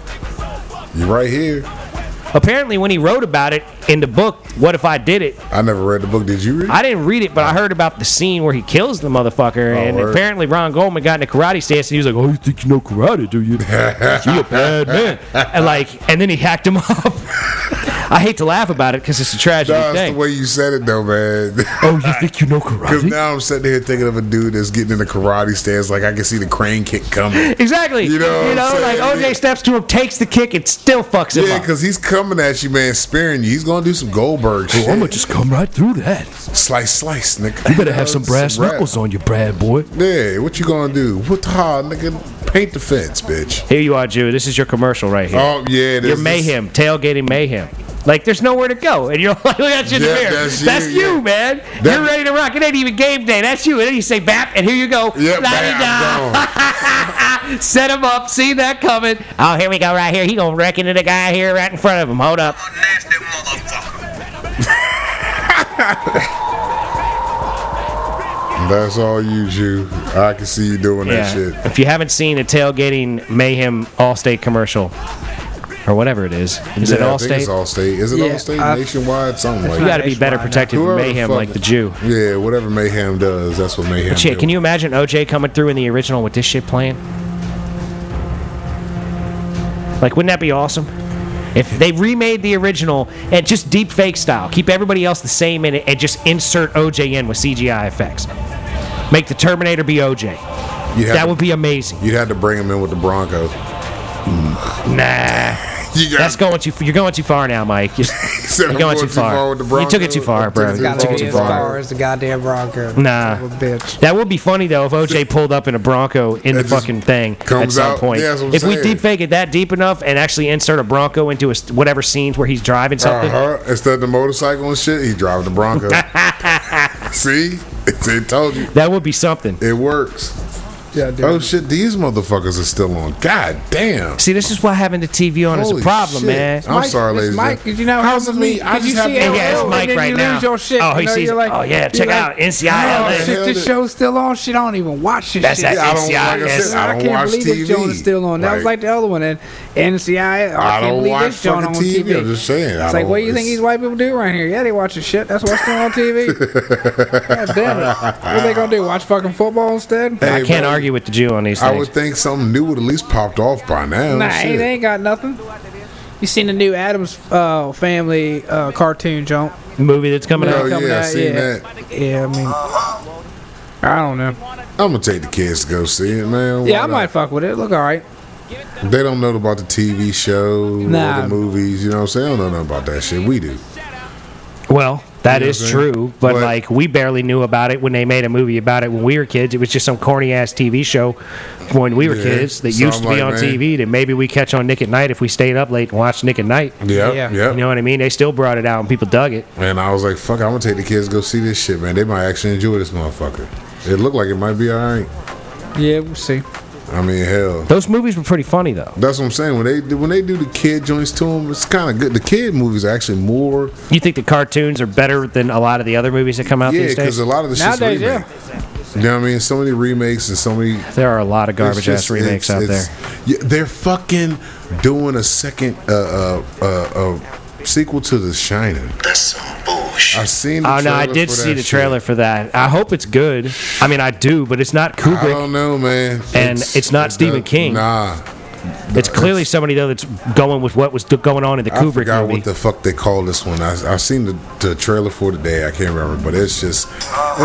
Speaker 3: You right here.
Speaker 1: Apparently, when he wrote about it in the book, What If I Did It?
Speaker 3: I never read the book. Did you read? it?
Speaker 1: I didn't read it, but I heard about the scene where he kills the motherfucker. and
Speaker 3: Oh, word.
Speaker 1: apparently, Ron Goldman got in a karate stance and he was like, Oh, you think you know karate, do you? you a bad man. And, like, and then he hacked him up. I hate to laugh about it because it's a tragic
Speaker 3: Nah, That's
Speaker 1: thing.
Speaker 3: the way you said it though, man.
Speaker 1: oh, you think you know
Speaker 3: Because
Speaker 1: karate?
Speaker 3: now I'm sitting here thinking of a dude that's getting in a karate stance, like I can see the crane kick coming.
Speaker 1: Exactly.
Speaker 3: You
Speaker 1: You
Speaker 3: know
Speaker 1: know,
Speaker 3: what
Speaker 1: like
Speaker 3: I'm saying?
Speaker 1: OJ steps to him, takes the kick, and still fucks him
Speaker 3: Yeah,
Speaker 1: up.
Speaker 3: because he's coming at you, man, spearing you. He's gonna do some Goldberg shit.
Speaker 8: Oh, I'ma just come right through that.
Speaker 3: Slice, slice, nigga.
Speaker 8: You better have some brass
Speaker 3: rap.
Speaker 8: knuckles on you, Brad boy.
Speaker 3: Yeah, what you gonna do? What the hell, nigga? Paint the fence, bitch.
Speaker 1: Here you are, Jew. This is your commercial right here.
Speaker 3: Oh yeah, this
Speaker 1: your
Speaker 3: is-
Speaker 1: mayhem, tailgating mayhem. Like there's nowhere to go, and you're like, look at you in the
Speaker 3: Yeah,
Speaker 1: mirror.
Speaker 3: that's
Speaker 1: That's
Speaker 3: you,
Speaker 1: you,
Speaker 3: yeah.
Speaker 1: man.
Speaker 3: That-
Speaker 1: you're ready to rock. It ain't even game day. That's you. And then you say, "Bap," and here you go.
Speaker 3: Yeah,
Speaker 1: La-di-da.
Speaker 3: bam, gone.
Speaker 1: Set him up. See that coming. Oh, here we go. Right here. He gonna wreck into the guy here right in front of him. Hold up.
Speaker 9: nasty motherfucker.
Speaker 3: That's all you, Jew. I can see you doing that shit.
Speaker 1: If you haven't seen a tailgating mayhem Allstate commercial, or whatever it is, is it
Speaker 3: Yeah, I think
Speaker 1: Allstate?
Speaker 3: It's all state. Is it
Speaker 2: Yeah,
Speaker 3: all state?
Speaker 2: I-
Speaker 3: Nationwide, something like
Speaker 1: you got to be
Speaker 2: Nationwide
Speaker 1: better
Speaker 2: now.
Speaker 1: protected from
Speaker 3: Whoever the
Speaker 1: mayhem
Speaker 3: fuck-
Speaker 1: like the Jew.
Speaker 3: Yeah, whatever Mayhem does, that's what Mayhem.
Speaker 1: Shit,
Speaker 3: do.
Speaker 1: can you imagine OJ coming through in the original with this shit playing? Like, wouldn't that be awesome? If they remade the original and just deep fake style, keep everybody else the same in it, and just insert OJ in with CGI effects. Make the Terminator be OJ.
Speaker 3: You'd have
Speaker 1: That
Speaker 3: to-
Speaker 1: would be amazing.
Speaker 3: You'd have to bring him in with the Bronco.
Speaker 1: Nah,
Speaker 3: You got
Speaker 1: that's going too. You're going too far now, Mike. You're,
Speaker 3: Said
Speaker 1: you're
Speaker 3: I'm
Speaker 1: going too far.
Speaker 3: with the
Speaker 1: You took it
Speaker 3: Bronco.
Speaker 1: too far,
Speaker 3: I'm
Speaker 1: bro.
Speaker 3: taking
Speaker 1: You
Speaker 3: it
Speaker 1: took it
Speaker 2: Gotta be
Speaker 1: too
Speaker 2: as
Speaker 1: far.
Speaker 2: far as the goddamn Bronco.
Speaker 1: Nah.
Speaker 2: Son of a bitch.
Speaker 1: That would be funny though if OJ pulled up in a Bronco in
Speaker 3: That
Speaker 1: the
Speaker 3: just
Speaker 1: fucking thing at
Speaker 3: comes
Speaker 1: some
Speaker 3: out-
Speaker 1: point.
Speaker 3: yeah, that's what I'm
Speaker 1: if we
Speaker 3: saying.
Speaker 1: deep fake it that deep enough and actually insert a Bronco into a, s- whatever scenes where he's driving something,
Speaker 3: Uh-huh. Instead of the motorcycle and shit, he driving the Bronco. See, they told you
Speaker 1: that would be something.
Speaker 3: it works.
Speaker 2: Yeah, dude.
Speaker 3: Oh shit, these motherfuckers are still on. God damn.
Speaker 1: See, this is why having the TV on is
Speaker 3: Holy
Speaker 1: a problem,
Speaker 3: shit.
Speaker 1: man.
Speaker 3: I'm
Speaker 2: Mike,
Speaker 3: sorry,
Speaker 2: it's
Speaker 3: ladies. and
Speaker 2: Mike,
Speaker 3: gentlemen.
Speaker 2: did you know
Speaker 3: how's it me? I
Speaker 2: Did you
Speaker 3: just have
Speaker 2: see
Speaker 1: And
Speaker 2: it?
Speaker 1: he has
Speaker 2: Oh,
Speaker 1: Mike
Speaker 2: and then
Speaker 1: right
Speaker 2: you
Speaker 1: now.
Speaker 2: lose your shit,
Speaker 1: Oh,
Speaker 2: you
Speaker 1: he
Speaker 2: know,
Speaker 1: sees.
Speaker 2: you're like-
Speaker 1: oh yeah, check
Speaker 2: you're
Speaker 1: out
Speaker 2: like,
Speaker 1: NCIS.
Speaker 2: Oh,
Speaker 3: Yeah.
Speaker 2: shit, this show's still on. Shit, I don't even watch this
Speaker 1: That's
Speaker 2: shit.
Speaker 1: that
Speaker 3: Yeah, I don't-
Speaker 1: NCIS.
Speaker 3: like I said,
Speaker 2: I,
Speaker 3: don't
Speaker 2: can't
Speaker 3: watch
Speaker 2: believe
Speaker 3: TV.
Speaker 2: this joint is still on. That was
Speaker 3: Right.
Speaker 2: like the other one. And NCIS. I,
Speaker 3: I
Speaker 2: can't
Speaker 3: don't
Speaker 2: believe
Speaker 3: watch
Speaker 2: this joint on
Speaker 3: fucking
Speaker 2: TV.
Speaker 3: TV. I'm just saying. I
Speaker 2: It's
Speaker 3: don't,
Speaker 2: like, what do you think
Speaker 3: it's-
Speaker 2: these white people do around here? Yeah, they watching shit. That's what's still on TV. God damn it. What are they gonna do? Watch fucking football instead?
Speaker 3: Hey,
Speaker 1: I can't
Speaker 3: bro,
Speaker 1: argue with the Jew on these
Speaker 3: I
Speaker 1: things.
Speaker 3: would think something new would at least popped off by now.
Speaker 2: Nah,
Speaker 3: Shit.
Speaker 2: ain't- they ain't got nothing. You seen the new Adams uh, Family uh, cartoon, Joint?
Speaker 1: Movie that's coming
Speaker 3: Oh
Speaker 1: out.
Speaker 2: coming
Speaker 3: yeah, I
Speaker 2: out,
Speaker 3: seen
Speaker 2: yeah.
Speaker 3: that.
Speaker 2: Yeah, I mean, I don't know.
Speaker 3: I'm gonna take the kids to go see it, man.
Speaker 2: Yeah,
Speaker 3: Why
Speaker 2: I might
Speaker 3: not?
Speaker 2: fuck with it. Look all right.
Speaker 3: They don't know about the TV show or
Speaker 2: Nah.
Speaker 3: the movies. You know what I'm saying? They don't know nothing about that shit. We do.
Speaker 1: Well, that
Speaker 3: You know
Speaker 1: is
Speaker 3: what I'm saying?
Speaker 1: true, but
Speaker 3: But-
Speaker 1: like we barely knew about it when they made a movie about it when we were kids. It was just some corny ass TV show when we were
Speaker 3: Yeah,
Speaker 1: kids that
Speaker 3: so
Speaker 1: used
Speaker 3: I'm
Speaker 1: to be
Speaker 3: like,
Speaker 1: on
Speaker 3: man.
Speaker 1: TV that maybe we catch on Nick at Night if we stayed up late and watched Nick at Night.
Speaker 3: Yeah, yeah.
Speaker 2: Yeah.
Speaker 1: You know what I mean? They still brought it out and people dug it.
Speaker 3: And I was like, fuck, I'm gonna take the kids to go see this shit, man. They might actually enjoy this motherfucker. It looked like it might be alright.
Speaker 2: Yeah, we'll see.
Speaker 3: I mean, hell.
Speaker 1: Those movies were pretty funny though.
Speaker 3: That's what I'm saying. When they when they do the kid joints to them, it's kind of good. The kid movies are actually more,
Speaker 1: You think the cartoons are better than a lot of the other movies that come out
Speaker 3: yeah,
Speaker 1: these
Speaker 3: because
Speaker 1: days?
Speaker 3: a lot of the shit's
Speaker 2: Nowadays,
Speaker 3: remake.
Speaker 2: yeah.
Speaker 3: You know what I mean? So many remakes and so many
Speaker 1: There are a lot of
Speaker 3: It's
Speaker 1: garbage ass
Speaker 3: just-
Speaker 1: remakes
Speaker 3: it's-
Speaker 1: out there.
Speaker 3: it's- yeah, they're fucking doing a second uh, uh, uh, uh, sequel to The Shining.
Speaker 9: That's some bullshit.
Speaker 3: I seen. The
Speaker 1: Oh no, I
Speaker 3: trailer
Speaker 1: did
Speaker 3: for
Speaker 1: see
Speaker 3: that
Speaker 1: the
Speaker 3: shit.
Speaker 1: trailer for that. I hope it's good. I mean, I do, but it's not
Speaker 3: I
Speaker 1: Kubrick.
Speaker 3: don't know, man.
Speaker 1: And it's not
Speaker 3: it
Speaker 1: Stephen
Speaker 3: does-
Speaker 1: King.
Speaker 3: Nah,
Speaker 1: It's clearly somebody though that's going with what was going on in the
Speaker 3: I
Speaker 1: Kubrick
Speaker 3: forgot
Speaker 1: movie.
Speaker 3: what the fuck they call this one. I I seen the, the trailer for today. I can't remember, but it's just it,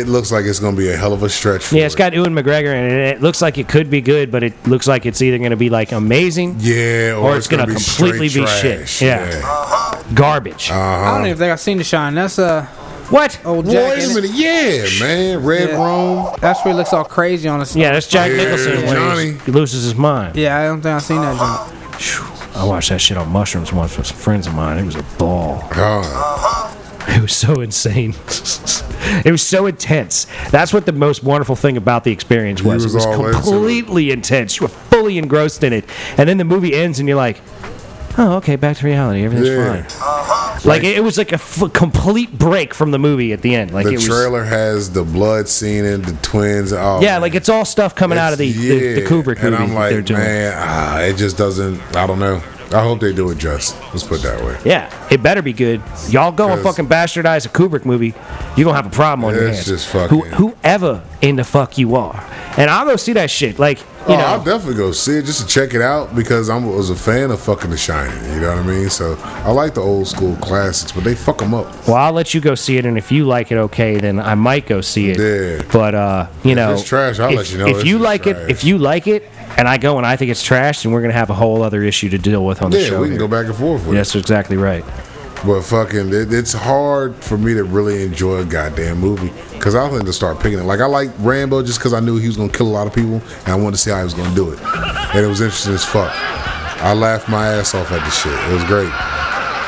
Speaker 3: it looks like it's gonna be a hell of a stretch. For
Speaker 1: yeah, it's
Speaker 3: it.
Speaker 1: got Ewan McGregor in it. and It looks like it could be good, but it looks like it's either going to be like amazing,
Speaker 3: Yeah, or,
Speaker 1: or it's, going to
Speaker 3: be
Speaker 1: completely be
Speaker 3: straight
Speaker 1: shit.
Speaker 3: trash.
Speaker 1: Yeah, garbage.
Speaker 3: Uh,
Speaker 2: I don't even think I've seen the shine. That's uh
Speaker 1: what?
Speaker 2: old
Speaker 3: Well,
Speaker 2: Jack.
Speaker 3: Uh-huh. Wait
Speaker 2: ain't
Speaker 3: a
Speaker 2: it?
Speaker 3: minute, yeah, man, Red
Speaker 2: Yeah.
Speaker 3: Room.
Speaker 2: That's where he looks all crazy on his.
Speaker 1: Yeah, that's Jack
Speaker 3: Yeah,
Speaker 1: Nicholson
Speaker 3: Johnny.
Speaker 1: when he loses his mind.
Speaker 2: Yeah, I don't think I've seen that. Joint.
Speaker 1: I watched that shit on mushrooms once with some friends of mine. It was a ball.
Speaker 3: God,
Speaker 1: It was so insane. it was so intense. That's what the most wonderful thing about the experience was.
Speaker 3: was
Speaker 1: it was
Speaker 3: all into it.
Speaker 1: completely intense. You were fully engrossed in it. And then the movie ends and you're like, oh, okay, back to reality. Everything's
Speaker 3: Yeah.
Speaker 1: fine. Like, it, it was like a f- complete break from the movie at the end. Like
Speaker 3: the
Speaker 1: it was.
Speaker 3: trailer has the blood scene and the twins. Oh,
Speaker 1: Yeah, like it's all stuff coming out of the, the, the
Speaker 3: yeah,
Speaker 1: Kubrick
Speaker 3: and
Speaker 1: movie
Speaker 3: I'm
Speaker 1: that
Speaker 3: like,
Speaker 1: they're doing.
Speaker 3: man, ah, it just doesn't. I don't know. I hope they do it just. Let's put it that way.
Speaker 1: Yeah, it better be good. Y'all go and
Speaker 3: 'Cause-
Speaker 1: fucking bastardize a Kubrick movie, you're gonna have a problem on your
Speaker 3: It's
Speaker 1: hands.
Speaker 3: just fucking-
Speaker 1: Who, whoever in the fuck you are. And I'll go see that shit. Like, you
Speaker 3: oh,
Speaker 1: know,
Speaker 3: I'll definitely go see it just to check it out because I was a fan of fucking The Shining. You know what I mean? So I like the old school classics, but they fuck them up.
Speaker 1: well, I'll let you go see it, and if you like it, okay, then I might go see it.
Speaker 3: Yeah.
Speaker 1: But uh, you know,
Speaker 3: it's trash, I'll
Speaker 1: if,
Speaker 3: let you know
Speaker 1: If
Speaker 3: it's
Speaker 1: you
Speaker 3: just
Speaker 1: like
Speaker 3: trash.
Speaker 1: it, if you like it, and I go and I think it's trash, then we're gonna have a whole other issue to deal with on the
Speaker 3: Yeah,
Speaker 1: show.
Speaker 3: we can
Speaker 1: here.
Speaker 3: go back and forth with it.
Speaker 1: That's exactly right.
Speaker 3: But fucking, it, it's hard for me to really enjoy a goddamn movie because I think to start picking it. Like I like Rambo just because I knew he was gonna kill a lot of people and I wanted to see how he was gonna do it, and it was interesting as fuck. I laughed my ass off at the shit. It was great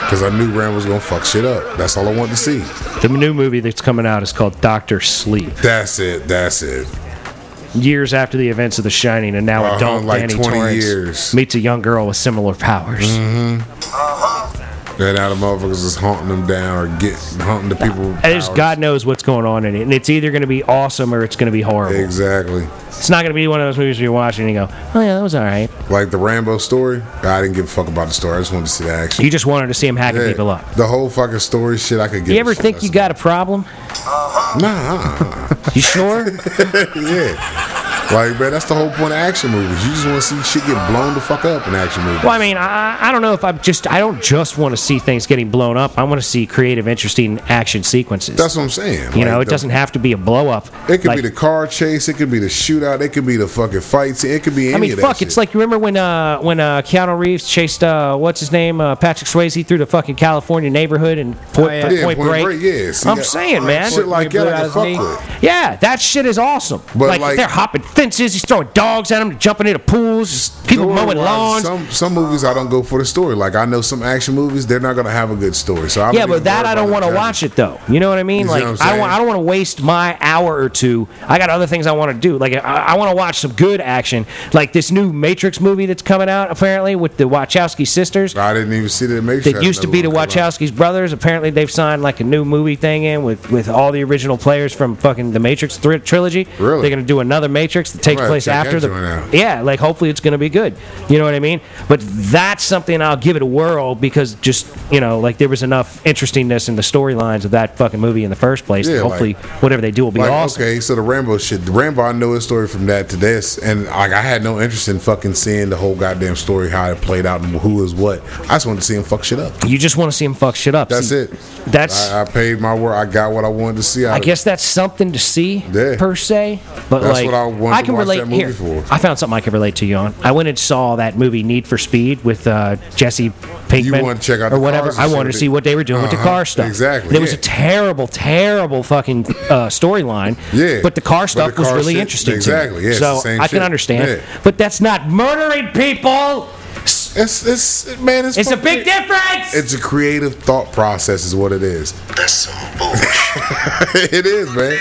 Speaker 3: because I knew Rambo was gonna fuck shit up. That's all I wanted to see.
Speaker 1: The new movie that's coming out is called Doctor Sleep.
Speaker 3: That's it. That's it.
Speaker 1: years after the events of The Shining, and now
Speaker 3: Uh-huh,
Speaker 1: adult
Speaker 3: like
Speaker 1: Danny
Speaker 3: 20
Speaker 1: Torrance
Speaker 3: years. Mm-hmm.
Speaker 1: meets a young girl with similar powers.
Speaker 3: And now the motherfuckers is haunting them down or get haunting the people.
Speaker 1: And it's,
Speaker 3: powers.
Speaker 1: God knows what's going on in it, and it's either going to be awesome or it's going to be horrible.
Speaker 3: Exactly.
Speaker 1: It's not going to be one of those movies where you're watching and you go, "Oh yeah, that was all right."
Speaker 3: Like the Rambo story, I didn't give a fuck about the story. I just wanted to see the action.
Speaker 1: You just wanted to see him hacking
Speaker 3: Yeah,
Speaker 1: people up.
Speaker 3: The whole fucking story shit I could get.
Speaker 1: You ever think you got a problem?
Speaker 3: Nah.
Speaker 1: You sure?
Speaker 3: yeah. Like, man, that's the whole point of action movies. You just want to see shit get blown the fuck up in action movies.
Speaker 1: well, I mean, I, I don't know if I'm just I don't just want to see things getting blown up. I want to see creative, interesting action sequences.
Speaker 3: That's what I'm saying.
Speaker 1: you know,
Speaker 3: Like,
Speaker 1: it
Speaker 3: the-
Speaker 1: doesn't have to be a blow up.
Speaker 3: It could
Speaker 1: Like,
Speaker 3: be the car chase. It could be the shootout. It could be the fucking fights. It could be any
Speaker 1: I mean,
Speaker 3: of that
Speaker 1: fuck!
Speaker 3: shit.
Speaker 1: It's like you remember when uh, when uh, Keanu Reeves chased uh, what's his name uh, Patrick Swayze through the fucking California neighborhood and point,
Speaker 2: Oh, yeah.
Speaker 3: yeah,
Speaker 1: point
Speaker 3: Point
Speaker 1: break.
Speaker 3: Break, yeah, see,
Speaker 1: I'm
Speaker 3: that-
Speaker 1: saying, man.
Speaker 3: shit like
Speaker 2: Blew
Speaker 3: that.
Speaker 2: out
Speaker 3: I can
Speaker 2: his
Speaker 3: fuck
Speaker 2: knee.
Speaker 3: with.
Speaker 1: yeah, that shit is awesome.
Speaker 3: But,
Speaker 1: like,
Speaker 3: like-
Speaker 1: they're hopping fences, he's throwing dogs at them, jumping into pools, just people mowing lawns.
Speaker 3: Story-wise, Some some movies I don't go for the story. Like I know some action movies, they're not gonna have a good story. So I don't
Speaker 1: yeah, but
Speaker 3: even
Speaker 1: that
Speaker 3: worry
Speaker 1: I
Speaker 3: about
Speaker 1: don't
Speaker 3: the
Speaker 1: want to
Speaker 3: judgment.
Speaker 1: watch it though. You know what I mean?
Speaker 3: You see
Speaker 1: like
Speaker 3: what I'm
Speaker 1: I don't, wa-
Speaker 3: saying?
Speaker 1: I don't want to waste my hour or two. I got other things I want to do. Like I, I want to watch some good action, like this new Matrix movie that's coming out apparently with the Wachowski sisters.
Speaker 3: I didn't even see that. Make sure
Speaker 1: that used to be the Wachowskis brothers. Apparently, they've signed like a new movie thing in with, with all the original players from fucking the Matrix thr trilogy.
Speaker 3: Really?
Speaker 1: They're gonna do another Matrix that takes
Speaker 3: gonna
Speaker 1: place
Speaker 3: check that
Speaker 1: after the.
Speaker 3: joint out.
Speaker 1: Yeah, like hopefully it's gonna be good. You know what I mean? But that's something I'll give it a whirl because just you know like there was enough interestingness in the storylines of that fucking movie in the first place.
Speaker 3: Yeah, like-
Speaker 1: hopefully, whatever they do will be
Speaker 3: Like,
Speaker 1: awesome.
Speaker 3: okay, so the Rambo shit. The Rambo, I know his story from that to this, and like I had no interest in fucking seeing the whole goddamn story, how it played out, and who is what. I just wanted to see him fuck shit up.
Speaker 1: You just want to see him fuck shit up.
Speaker 3: That's
Speaker 1: See,
Speaker 3: it.
Speaker 1: That's
Speaker 3: I, I paid my work. I got what I wanted to see. Out
Speaker 1: I
Speaker 3: of it.
Speaker 1: guess that's something to see
Speaker 3: Yeah.
Speaker 1: per se. But
Speaker 3: That's
Speaker 1: like,
Speaker 3: what I wanted to
Speaker 1: can
Speaker 3: watch
Speaker 1: relate
Speaker 3: that movie
Speaker 1: here.
Speaker 3: for.
Speaker 1: I found something I could relate to you on. I went and saw that movie Need for Speed with uh, Jesse Pinkman
Speaker 3: wanted to check out
Speaker 1: or
Speaker 3: the
Speaker 1: whatever.
Speaker 3: cars and
Speaker 1: I
Speaker 3: shit
Speaker 1: wanted to
Speaker 3: that-
Speaker 1: see what they were doing with the
Speaker 3: Uh-huh,
Speaker 1: car stuff.
Speaker 3: exactly,
Speaker 1: There was a
Speaker 3: yeah.
Speaker 1: terrible, terrible fucking uh, storyline.
Speaker 3: Yeah.
Speaker 1: But the car
Speaker 3: But
Speaker 1: stuff
Speaker 3: the
Speaker 1: was
Speaker 3: car
Speaker 1: really
Speaker 3: shit-
Speaker 1: interesting. To
Speaker 3: exactly,
Speaker 1: me.
Speaker 3: yeah, it's
Speaker 1: So
Speaker 3: the same
Speaker 1: I can
Speaker 3: shit.
Speaker 1: understand.
Speaker 3: Yeah.
Speaker 1: But that's not murdering people.
Speaker 3: it's it's man, it's
Speaker 1: It's a
Speaker 3: fucking-
Speaker 1: big difference.
Speaker 3: It's a creative thought process, is what it is.
Speaker 9: That's some bullshit.
Speaker 3: it is, man.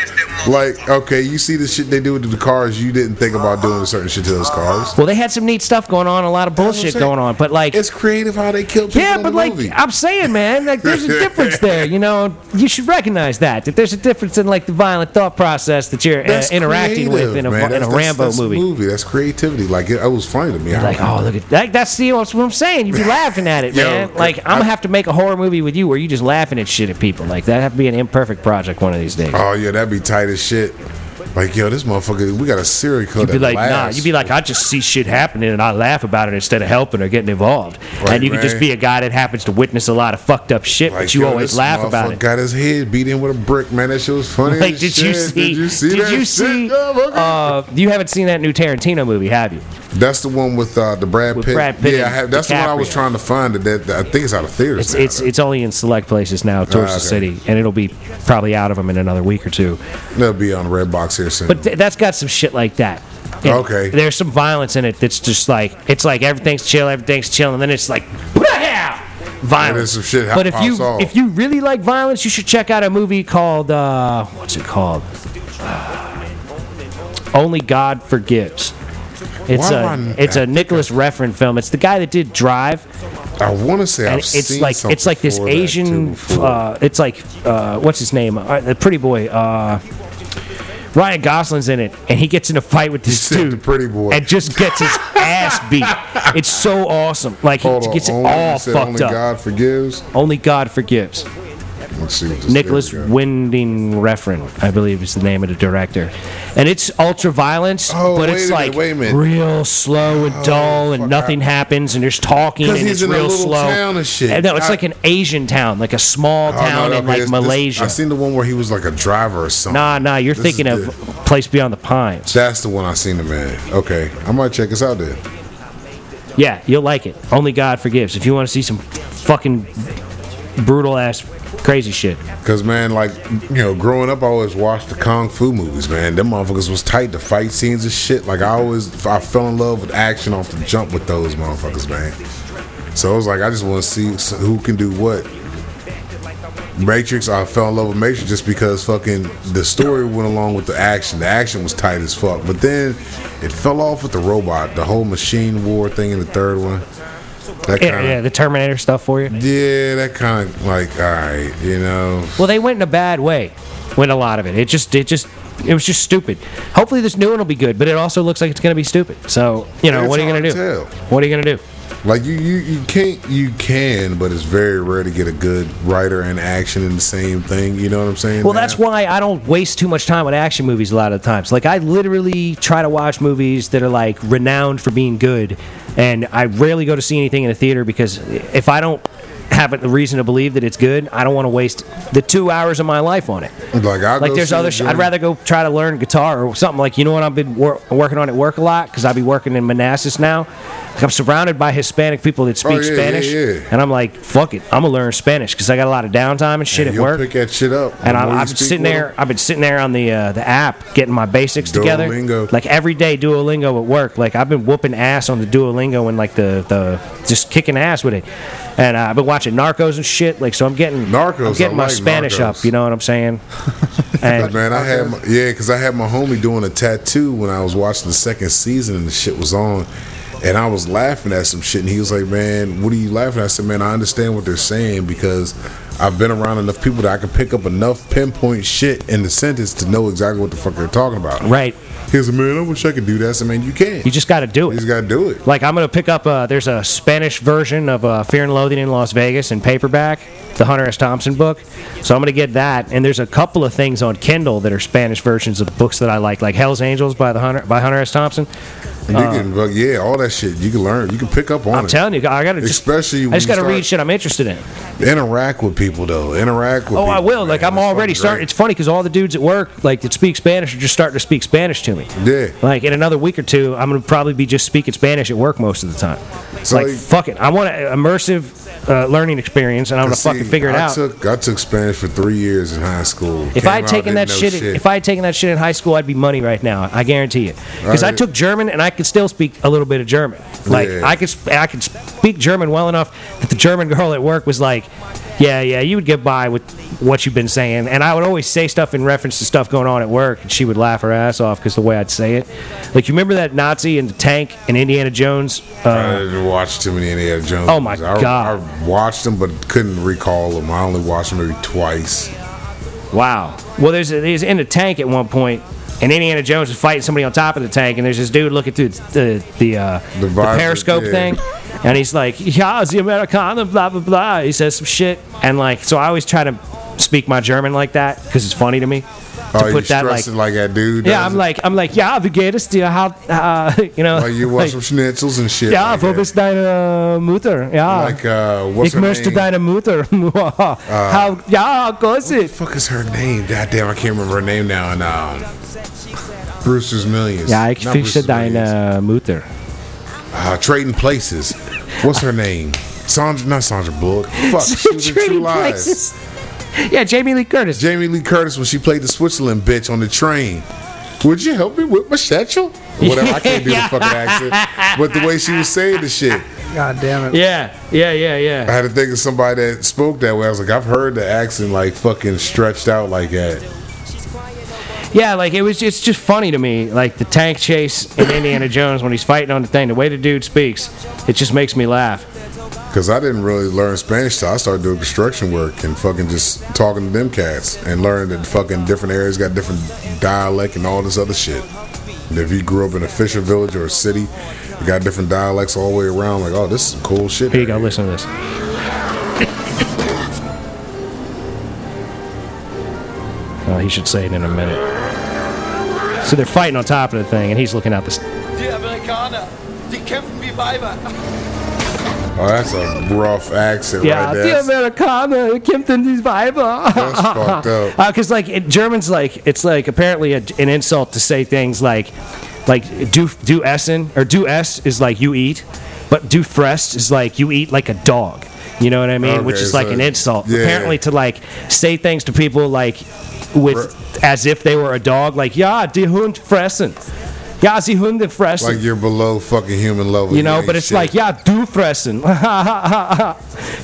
Speaker 3: Like, okay, you see the shit they do to the cars. You didn't think about doing certain shit to those cars.
Speaker 1: Well, they had some neat stuff going on, a lot of bullshit
Speaker 3: saying.
Speaker 1: going on, but like.
Speaker 3: It's creative how they kill people.
Speaker 1: yeah,
Speaker 3: in
Speaker 1: but
Speaker 3: the
Speaker 1: like
Speaker 3: movie.
Speaker 1: I'm saying, man, like there's a difference there. You know, you should recognize that that there's a difference in like the violent thought process that you're uh,
Speaker 3: That's
Speaker 1: interacting
Speaker 3: creative,
Speaker 1: with in a,
Speaker 3: man.
Speaker 1: in a
Speaker 3: That's- that's-
Speaker 1: Rambo
Speaker 3: that's
Speaker 1: movie.
Speaker 3: That's creativity. Like it, it was funny to me.
Speaker 1: You're like, oh, look at that. That's the, that's what I'm saying. You'd be laughing at it,
Speaker 3: Yo,
Speaker 1: man. Like, I'm
Speaker 3: I-
Speaker 1: going to have to make a horror movie with you where you just laughing at shit at people. Like, that'd have to be an imperfect project one of these days.
Speaker 3: Oh yeah, that'd be tight as shit. Like yo, this motherfucker, we got a serial killer.
Speaker 1: You'd be
Speaker 3: that
Speaker 1: like, nah.
Speaker 3: laughs.
Speaker 1: You'd be like, I just see shit happening and I laugh about it instead of helping or getting involved.
Speaker 3: Right,
Speaker 1: and you could just
Speaker 3: right.
Speaker 1: be a guy that happens to witness a lot of fucked up shit,
Speaker 3: Like,
Speaker 1: but you
Speaker 3: yo,
Speaker 1: always
Speaker 3: this
Speaker 1: laugh about
Speaker 3: motherfucker
Speaker 1: it.
Speaker 3: Got his head beat in with a brick, man. That shit was funny.
Speaker 1: Like,
Speaker 3: as
Speaker 1: did you
Speaker 3: shit.
Speaker 1: see?
Speaker 3: Did you see? that
Speaker 1: you
Speaker 3: shit,
Speaker 1: see?
Speaker 3: motherfucker?
Speaker 1: uh, you haven't seen that new Tarantino movie, have you?
Speaker 3: that's the one with uh, the Brad
Speaker 1: with
Speaker 3: Pitt.
Speaker 1: Brad Pitt
Speaker 3: yeah, I
Speaker 1: and
Speaker 3: have, that's the one I was
Speaker 1: DiCaprio.
Speaker 3: trying to find. That, that, I think it's out of
Speaker 1: It's
Speaker 3: theaters. now,
Speaker 1: it's
Speaker 3: though.
Speaker 1: it's only in select places now towards the
Speaker 3: okay.
Speaker 1: city, and it'll be probably out of them in another week or two.
Speaker 3: That'll be on Redbox here soon.
Speaker 1: But th- that's got some shit like that. And
Speaker 3: Okay.
Speaker 1: There's some violence in it that's just like it's like everything's chill, everything's chill, and then it's like "Blah!" violence.
Speaker 3: some shit
Speaker 1: but if you
Speaker 3: pops off.
Speaker 1: if you really like violence, you should check out a movie called uh, what's it called? Only God Forgives. It's
Speaker 3: Why
Speaker 1: a
Speaker 3: am I-
Speaker 1: it's a Nicholas Refn film. It's the guy that did Drive,
Speaker 3: I want to say I've
Speaker 1: and it's
Speaker 3: seen
Speaker 1: like
Speaker 3: something
Speaker 1: it's like this
Speaker 3: for that, too,
Speaker 1: Asian.
Speaker 3: before.
Speaker 1: Uh, it's like uh, what's his name? Uh, the pretty boy. Uh, Ryan Gosling's in it, and he gets in a fight with this
Speaker 3: said the
Speaker 1: dude,
Speaker 3: pretty boy.
Speaker 1: and just gets his ass beat. It's so awesome. Like he
Speaker 3: Hold on,
Speaker 1: gets it
Speaker 3: only,
Speaker 1: all
Speaker 3: you said
Speaker 1: fucked
Speaker 3: only
Speaker 1: up.
Speaker 3: God forgives.
Speaker 1: Only God forgives.
Speaker 3: Let's see. What this
Speaker 1: Nicholas
Speaker 3: there we go.
Speaker 1: Winding Refn, I believe, is the name of the director, and it's ultra violence,
Speaker 3: Oh,
Speaker 1: but
Speaker 3: wait
Speaker 1: it's
Speaker 3: a minute,
Speaker 1: like
Speaker 3: wait a minute. Oh,
Speaker 1: real slow and dull, and
Speaker 3: fuck,
Speaker 1: nothing happens, and there's talking, and
Speaker 3: 'Cause
Speaker 1: it's
Speaker 3: he's in a
Speaker 1: real
Speaker 3: little
Speaker 1: slow.
Speaker 3: town and shit.
Speaker 1: no, it's
Speaker 3: I-
Speaker 1: like an Asian town, like a small
Speaker 3: Oh, no,
Speaker 1: town in
Speaker 3: no, okay,
Speaker 1: like
Speaker 3: this- this-
Speaker 1: Malaysia.
Speaker 3: I seen the one where he was like a driver or something.
Speaker 1: nah, nah, you're
Speaker 3: This
Speaker 1: thinking
Speaker 3: is
Speaker 1: of
Speaker 3: the-
Speaker 1: Place Beyond the Pines.
Speaker 3: That's the one I seen him in. Okay, I might check this out then.
Speaker 1: Yeah, you'll like it. Only God forgives. If you want to see some fucking brutal ass crazy shit.
Speaker 3: Cause man, like you know, growing up, I always watched the kung fu movies. Man, them motherfuckers was tight. The fight scenes and shit. Like I always, I fell in love with action off the jump with those motherfuckers, man. So it was like, I just want to see who can do what. Matrix, I fell in love with Matrix just because fucking the story went along with the action. The action was tight as fuck, but then it fell off with the robot, the whole machine war thing in the third one. That
Speaker 1: Yeah, yeah,
Speaker 3: kind
Speaker 1: the Terminator stuff for you.
Speaker 3: of, yeah, that kind of like, all right, you know.
Speaker 1: Well, they went in a bad way with a lot of it. It just, it just, it was just stupid. Hopefully, this new one will be good, but it also looks like it's going to be stupid. So, you know,
Speaker 3: It's
Speaker 1: what are you going
Speaker 3: hard
Speaker 1: to do?
Speaker 3: to tell.
Speaker 1: What are you going to do?
Speaker 3: Like you, you, you can't, you can, but it's very rare to get a good writer and action in the same thing. You know what I'm saying?
Speaker 1: Well,
Speaker 3: now?
Speaker 1: that's why I don't waste too much time on action movies a lot of the times. Like, I literally try to watch movies that are like renowned for being good, and I rarely go to see anything in a theater because if I don't have a reason to believe that it's good, I don't want to waste the two hours of my life on it.
Speaker 3: Like I
Speaker 1: Like there's other. Sh- I'd rather go try to learn guitar or something. Like you know what I've been wor- working on at work a lot because I be working in Manassas now. Like, I'm surrounded by Hispanic people that speak
Speaker 3: Oh, yeah, yeah,
Speaker 1: Spanish,
Speaker 3: yeah.
Speaker 1: and I'm like, fuck it, I'm gonna learn Spanish because I got a lot of downtime and shit at
Speaker 3: you
Speaker 1: work.
Speaker 3: pick that shit up.
Speaker 1: and
Speaker 3: The
Speaker 1: I'm,
Speaker 3: more you
Speaker 1: I've been
Speaker 3: speak
Speaker 1: sitting
Speaker 3: with
Speaker 1: there.
Speaker 3: them,
Speaker 1: I've been sitting there on the uh, the app getting my basics together.
Speaker 3: Duolingo.
Speaker 1: Like every day, Duolingo at work. Like I've been whooping ass on the Duolingo and like the the just kicking ass with it. And uh, I've been watching Narcos and shit. Like so, I'm getting
Speaker 3: Narcos,
Speaker 1: I'm getting
Speaker 3: I
Speaker 1: my
Speaker 3: like
Speaker 1: Spanish
Speaker 3: Narcos.
Speaker 1: up. You know what I'm saying? and
Speaker 3: Man, I had my, yeah, because I had my homie doing a tattoo when I was watching the second season and the shit was on, and I was laughing at some shit, and he was like, "Man, what are you laughing?" at? I said, "Man, I understand what they're saying because I've been around enough people that I can pick up enough pinpoint shit in the sentence to know exactly what the fuck they're talking about."
Speaker 1: right,
Speaker 3: He was like, "Man, I wish I could do that." I said, "Man, you can't.
Speaker 1: you just got to do
Speaker 3: You
Speaker 1: it.
Speaker 3: just gotta do it."
Speaker 1: Like I'm gonna pick up. Uh, there's a Spanish version of uh, Fear and Loathing in Las Vegas in paperback, the Hunter S. Thompson book. So I'm gonna get that. And there's a couple of things on Kindle that are Spanish versions of books that I like, like Hell's Angels by the Hunter by Hunter S. Thompson.
Speaker 3: You can, but yeah, all that shit you can learn. You can pick up on
Speaker 1: I'm
Speaker 3: it.
Speaker 1: telling you, I gotta just,
Speaker 3: Especially when
Speaker 1: I just
Speaker 3: you
Speaker 1: gotta
Speaker 3: start-
Speaker 1: read shit I'm interested in.
Speaker 3: Interact with people though. Interact with.
Speaker 1: Oh, I
Speaker 3: people,
Speaker 1: will.
Speaker 3: man.
Speaker 1: Like I'm
Speaker 3: It's
Speaker 1: already
Speaker 3: fucking
Speaker 1: starting.
Speaker 3: great.
Speaker 1: It's funny because all the dudes at work, like that speak Spanish, are just starting to speak Spanish to me.
Speaker 3: Yeah.
Speaker 1: Like in another week or two, I'm gonna probably be just speaking Spanish at work most of the time. It's
Speaker 3: So
Speaker 1: like,
Speaker 3: you-
Speaker 1: fuck it, I want an immersive uh, learning experience, and I'm gonna
Speaker 3: See,
Speaker 1: fucking figure it
Speaker 3: I
Speaker 1: out.
Speaker 3: Took, I took Spanish for three years in high school.
Speaker 1: if
Speaker 3: Came
Speaker 1: I had
Speaker 3: out,
Speaker 1: taken that
Speaker 3: didn't know
Speaker 1: shit, if I had taken that shit in high school, I'd be money right now. I guarantee you. Because I
Speaker 3: Right.
Speaker 1: took German, and I could still speak a little bit of German. Like
Speaker 3: Yeah.
Speaker 1: I could, sp- I could speak German well enough that the German girl at work was like, Yeah, yeah, you would get by with what you've been saying. And I would always say stuff in reference to stuff going on at work, and she would laugh her ass off because the way I'd say it. Like, you remember that Nazi in the tank in Indiana Jones? Uh,
Speaker 3: I didn't watch too many Indiana Jones.
Speaker 1: Oh my
Speaker 3: movies. I,
Speaker 1: God.
Speaker 3: I watched them, but couldn't recall them. I only watched them maybe twice.
Speaker 1: wow. Well, there's a, he's in the tank at one point, and Indiana Jones is fighting somebody on top of the tank, and there's this dude looking through the the, uh, the,
Speaker 3: visor,
Speaker 1: periscope
Speaker 3: yeah.
Speaker 1: thing. And he's like, yeah, it's the Americana, blah, blah, blah. He says some shit. And, like, so I always try to speak my German like that because it's funny to me. To
Speaker 3: oh, you stressing like, that dude?
Speaker 1: Yeah,
Speaker 3: does
Speaker 1: I'm
Speaker 3: it?
Speaker 1: like, I'm like, yeah, we get us the how, uh, you know,
Speaker 3: Like you watch some schnitzels and shit.
Speaker 1: yeah,
Speaker 3: like
Speaker 1: wo
Speaker 3: that.
Speaker 1: bist deine Mutter? Ja,
Speaker 3: Like, uh, what's
Speaker 1: ich
Speaker 3: her
Speaker 1: möchte
Speaker 3: name? Uh,
Speaker 1: deine Mutter. how, ja, goes it?
Speaker 3: fuck is her name? Goddamn, I can't remember her name now. And um, Brewster's Millions.
Speaker 1: Ja, ich
Speaker 3: Not
Speaker 1: fische
Speaker 3: Brewster's Millions.
Speaker 1: deine Mutter.
Speaker 3: Uh, trading Places. What's her name? Sandra, not Sandra Bullock. Fuck, she was in True
Speaker 1: Trading
Speaker 3: Lies.
Speaker 1: places. Yeah, Jamie Lee Curtis.
Speaker 3: Jamie Lee Curtis when she played the Switzerland bitch on the train. Would you help me with my satchel? Whatever, I can't do the fucking accent. But the way she was saying the shit,
Speaker 2: God damn it.
Speaker 1: yeah, yeah, yeah,
Speaker 3: I
Speaker 1: yeah.
Speaker 3: had to think of somebody that spoke that way. I was like, I've heard the accent like fucking stretched out like that.
Speaker 1: Yeah, like it was it's just funny to me, like the tank chase in Indiana Jones when he's fighting on the thing, the way the dude speaks, it just makes me laugh.
Speaker 3: Because I didn't really learn Spanish till I started doing construction work and fucking just talking to them cats and learning that fucking different areas got different dialect and all this other shit. And if you grew up in a fisher village or a city, you got different dialects all the way around. Like, oh, this is some cool shit.
Speaker 1: Here you
Speaker 3: right
Speaker 1: go,
Speaker 3: here.
Speaker 1: listen to this. Oh, he should say it in a minute. So they're fighting on top of the thing, and he's looking out this.
Speaker 6: Die Amerikaner, die kämpfen wie Weiber.
Speaker 3: Oh, that's a rough accent
Speaker 1: Yeah,
Speaker 3: right there.
Speaker 1: the
Speaker 3: That's-
Speaker 1: Americana, Kimpton, these Weiber.
Speaker 3: That's fucked up.
Speaker 1: Because, Uh, like, it, German's like, it's like apparently a, an insult to say things like, like, du, du essen, or du est is like you eat, but du frest is like you eat like a dog. You know what I mean? Which
Speaker 3: Okay,
Speaker 1: is like
Speaker 3: so-
Speaker 1: an insult.
Speaker 3: yeah.
Speaker 1: Apparently, to like say things to people like with as if they were a dog, like, yeah, die Hund fressen. Ja, sie Hunde fressen.
Speaker 3: Like you're below fucking human level.
Speaker 1: You know,
Speaker 3: ain't
Speaker 1: but it's
Speaker 3: shit.
Speaker 1: like, yeah, do fressen.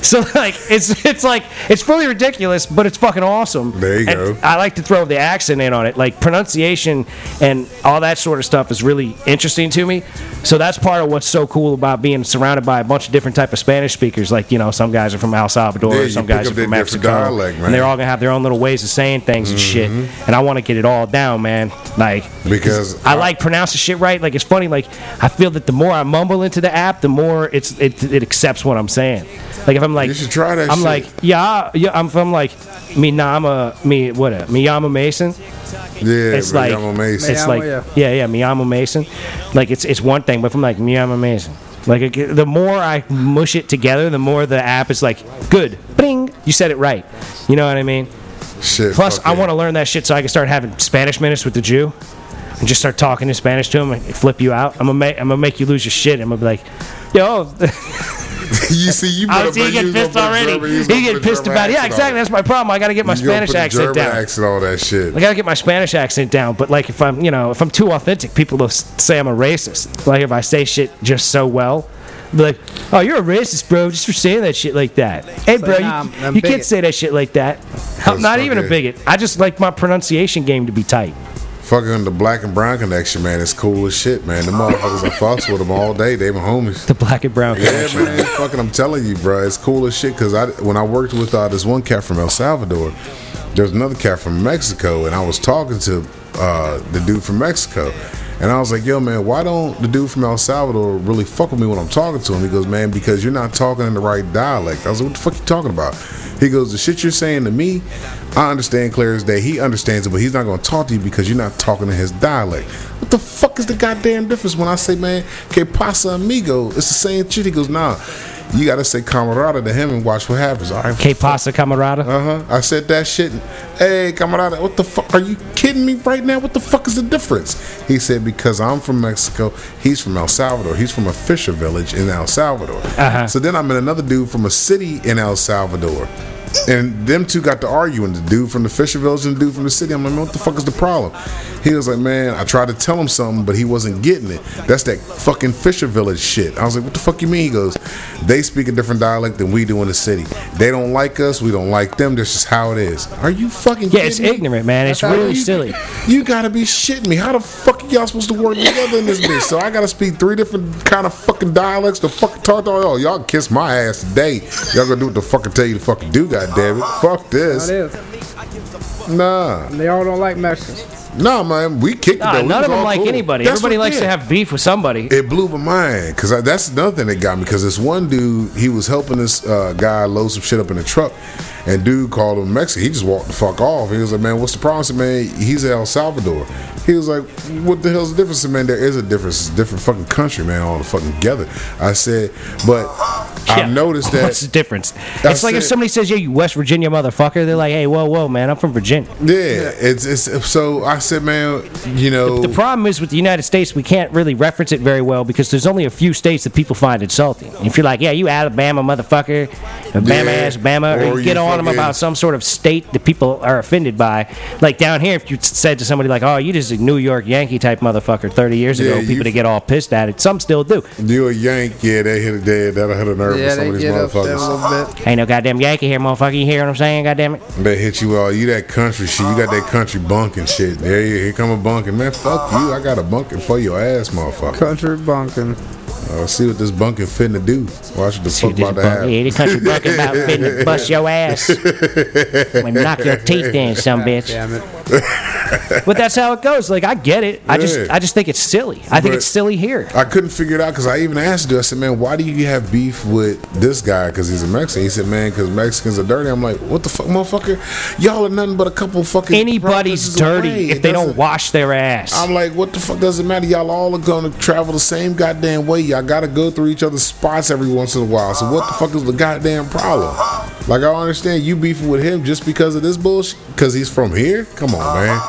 Speaker 1: so like, it's it's like it's fully ridiculous, but it's fucking awesome.
Speaker 3: There you
Speaker 1: And
Speaker 3: go.
Speaker 1: I like to throw the accent in on it, like pronunciation and all that sort of stuff is really interesting to me. So that's part of what's so cool about being surrounded by a bunch of different type of Spanish speakers. Like you know, some guys are from El Salvador,
Speaker 3: Yeah, you
Speaker 1: some
Speaker 3: pick
Speaker 1: guys
Speaker 3: up
Speaker 1: are
Speaker 3: their
Speaker 1: from
Speaker 3: different
Speaker 1: Mexico,
Speaker 3: dialect, man.
Speaker 1: and they're all gonna have their own little ways of saying things and shit. And I want to get it all down, man. Like
Speaker 3: Mm-hmm. because
Speaker 1: I like pronounce the shit right. Like it's funny. Like I feel that the more I mumble into the app, the more it's it, it accepts what I'm saying. Like if I'm like,
Speaker 3: You should try that
Speaker 1: I'm
Speaker 3: shit.
Speaker 1: like, yeah, yeah. I'm from like, me nama me what uh, Miyama Mason.
Speaker 3: yeah,
Speaker 1: It's
Speaker 3: but
Speaker 1: like
Speaker 3: I'm amazed.
Speaker 1: it's
Speaker 2: Miyama,
Speaker 1: like
Speaker 2: yeah.
Speaker 1: yeah, yeah, Miyama Mason. Like it's it's one thing, but if I'm like Miyama Mason, like it get- the more I mush it together, the more the app is like, good, bing, you said it right. You know what I mean?
Speaker 3: shit.
Speaker 1: Plus,
Speaker 3: fuck
Speaker 1: I
Speaker 3: it.
Speaker 1: want to learn that shit so I can start having Spanish minutes with the Jew and just start talking in Spanish to him and flip you out. I'm gonna make, I'm gonna make you lose your shit. I'm gonna be like, yo,
Speaker 3: you see, you
Speaker 1: I'm
Speaker 3: put a- you
Speaker 1: getting
Speaker 3: gonna
Speaker 1: pissed
Speaker 3: put a
Speaker 1: already.
Speaker 3: German-
Speaker 1: He
Speaker 3: was gonna
Speaker 1: getting
Speaker 3: put a
Speaker 1: pissed
Speaker 3: German
Speaker 1: about it. Yeah,
Speaker 3: accent on
Speaker 1: exactly. That's my problem. I gotta get my
Speaker 3: You gonna
Speaker 1: Spanish
Speaker 3: put a
Speaker 1: accent
Speaker 3: German
Speaker 1: down.
Speaker 3: accent, all that shit.
Speaker 1: I gotta get my Spanish accent down, but like if I'm, you know, if I'm too authentic, people will s- say I'm a racist. Like if I say shit just so well, be like, oh, you're a racist, bro, just for saying that shit like that. Hey, bro,
Speaker 2: nah,
Speaker 1: you,
Speaker 2: I'm- I'm
Speaker 1: you can't
Speaker 2: bigot.
Speaker 1: say that shit like that. I'm
Speaker 3: That's
Speaker 1: not even a
Speaker 3: fucking-
Speaker 1: bigot. I just like my pronunciation game to be tight.
Speaker 3: Fucking the black and brown connection, man, is cool as shit, man. The motherfuckers, I fucks with them all day. They my homies.
Speaker 1: The black and brown.
Speaker 3: Yeah, man. Fucking, I'm telling you, bro. It's cool as shit. Because I, when I worked with uh, this one cat from El Salvador, there was another cat from Mexico, and I was talking to uh, the dude from Mexico, and I was like, "Yo, man, why don't the dude from El Salvador really fuck with me when I'm talking to him?" He goes, "Man, because you're not talking in the right dialect." I was like, "What the fuck you talking about?" He goes, "The shit you're saying to me, I understand clear as day. He understands it, but he's not going to talk to you because you're not talking in his dialect." What the fuck is the goddamn difference when I say, "Man, que pasa, amigo"? It's the same shit. He goes, "Nah." You gotta say camarada to him and watch what happens. All right,
Speaker 1: Que pasa, camarada?
Speaker 3: uh huh. I said that shit. Hey, camarada, what the fuck? Are you kidding me right now? What the fuck is the difference? He said, because I'm from Mexico. He's from El Salvador. He's from a fisher village in El Salvador. So then I'm in another dude from a city in El Salvador. And them two got to arguing. The dude from the Fisher Village and the dude from the city. I'm like, man, what the fuck is the problem? He was like, man, I tried to tell him something, but he wasn't getting it. That's that fucking Fisher Village shit. I was like, what the fuck you mean? He goes, they speak a different dialect than we do in the city. They don't like us. We don't like them. This is how it is. Are you fucking
Speaker 1: Yeah, it's
Speaker 3: kidding me?
Speaker 1: ignorant, man. It's
Speaker 3: That's how
Speaker 1: really
Speaker 3: you-
Speaker 1: silly.
Speaker 3: You gotta be shitting me. How the fuck are y'all supposed to work together in this bitch? So I gotta speak three different kind of fucking dialects to fucking talk to y'all. Y'all can kiss my ass today. Y'all gonna do what the fuck I tell you to fucking do, goddammit. Fuck
Speaker 2: It
Speaker 3: this.
Speaker 2: is.
Speaker 3: Nah.
Speaker 2: They all don't like Mexicans.
Speaker 3: Nah, man. We kicked it.
Speaker 1: Nah,
Speaker 3: though. We
Speaker 1: none
Speaker 3: was
Speaker 1: of them
Speaker 3: all
Speaker 1: like
Speaker 3: cool.
Speaker 1: anybody.
Speaker 3: That's
Speaker 1: Everybody
Speaker 3: what
Speaker 1: likes
Speaker 3: did.
Speaker 1: to have beef with somebody.
Speaker 3: It blew my mind because that's another thing that got me. Because this one dude, he was helping this uh, guy load some shit up in the truck, and dude called him Mexican. He just walked the fuck off. He was like, "Man, what's the problem?" I said, "Man, he's in El Salvador." He was like, "What the hell's the difference?" I said, "Man, there is a difference. It's a different fucking country, man. All the fucking together." I said, "But
Speaker 1: Yeah.
Speaker 3: I've noticed
Speaker 1: What's the
Speaker 3: that."
Speaker 1: difference?
Speaker 3: That's
Speaker 1: it's like if
Speaker 3: it.
Speaker 1: somebody says, "Yeah, you West Virginia motherfucker," they're like, "Hey, whoa, whoa, man, I'm from Virginia."
Speaker 3: Yeah, it's it's so. I said, "Man, you know."
Speaker 1: The problem is with the United States, we can't really reference it very well because there's only a few states that people find insulting. If you're like, yeah, you Alabama motherfucker, Bama
Speaker 3: Yeah,
Speaker 1: ass Bama, or,
Speaker 3: or
Speaker 1: you get
Speaker 3: you
Speaker 1: on them
Speaker 3: fucking-
Speaker 1: about some sort of state that people are offended by. Like down here, if you said to somebody like, oh, you just a New York Yankee type motherfucker 30 years
Speaker 3: Yeah,
Speaker 1: ago,
Speaker 3: you
Speaker 1: people that
Speaker 3: f-
Speaker 1: get all pissed at it. Some still do.
Speaker 3: you a Yank, yeah, they hit a dead, that'll hit a nerve with some of these motherfuckers.
Speaker 2: bit.
Speaker 1: Ain't no goddamn Yankee here, motherfucker. You hear what I'm saying? Goddamn it.
Speaker 3: They hit you all. You that country shit. You got that country bunking shit. There you here come a bunking man. Fuck you. I got a bunking for your ass, motherfucker.
Speaker 2: Country bunking.
Speaker 3: Uh, see what this bunking finna do. Watch what the
Speaker 1: See,
Speaker 3: fuck
Speaker 1: this
Speaker 3: about to
Speaker 1: bunk- yeah,
Speaker 3: happen.
Speaker 1: this country bucket about fitting to bust your ass when knock your teeth in, some bitch.
Speaker 2: Damn it.
Speaker 1: But that's how it goes. Like I get it. I just
Speaker 3: Yeah.
Speaker 1: I just think it's silly. I think
Speaker 3: But-
Speaker 1: it's silly here.
Speaker 3: I couldn't figure it out because I even asked you. I said, man, why do you have beef with this guy? Because he's a Mexican. He said, man, because Mexicans are dirty. I'm like, what the fuck, motherfucker? Y'all are nothing but a couple fucking.
Speaker 1: Anybody's
Speaker 3: provinces
Speaker 1: dirty
Speaker 3: away.
Speaker 1: if
Speaker 3: It
Speaker 1: they don't
Speaker 3: doesn't-
Speaker 1: wash their ass.
Speaker 3: I'm like, what the fuck does it matter? Y'all all are gonna travel the same goddamn way. Y'all gotta go through each other's spots every once in a while. So what the fuck is the goddamn problem? Like I don't understand you beefing with him just because of this bullshit, because he's from here. Come on, man.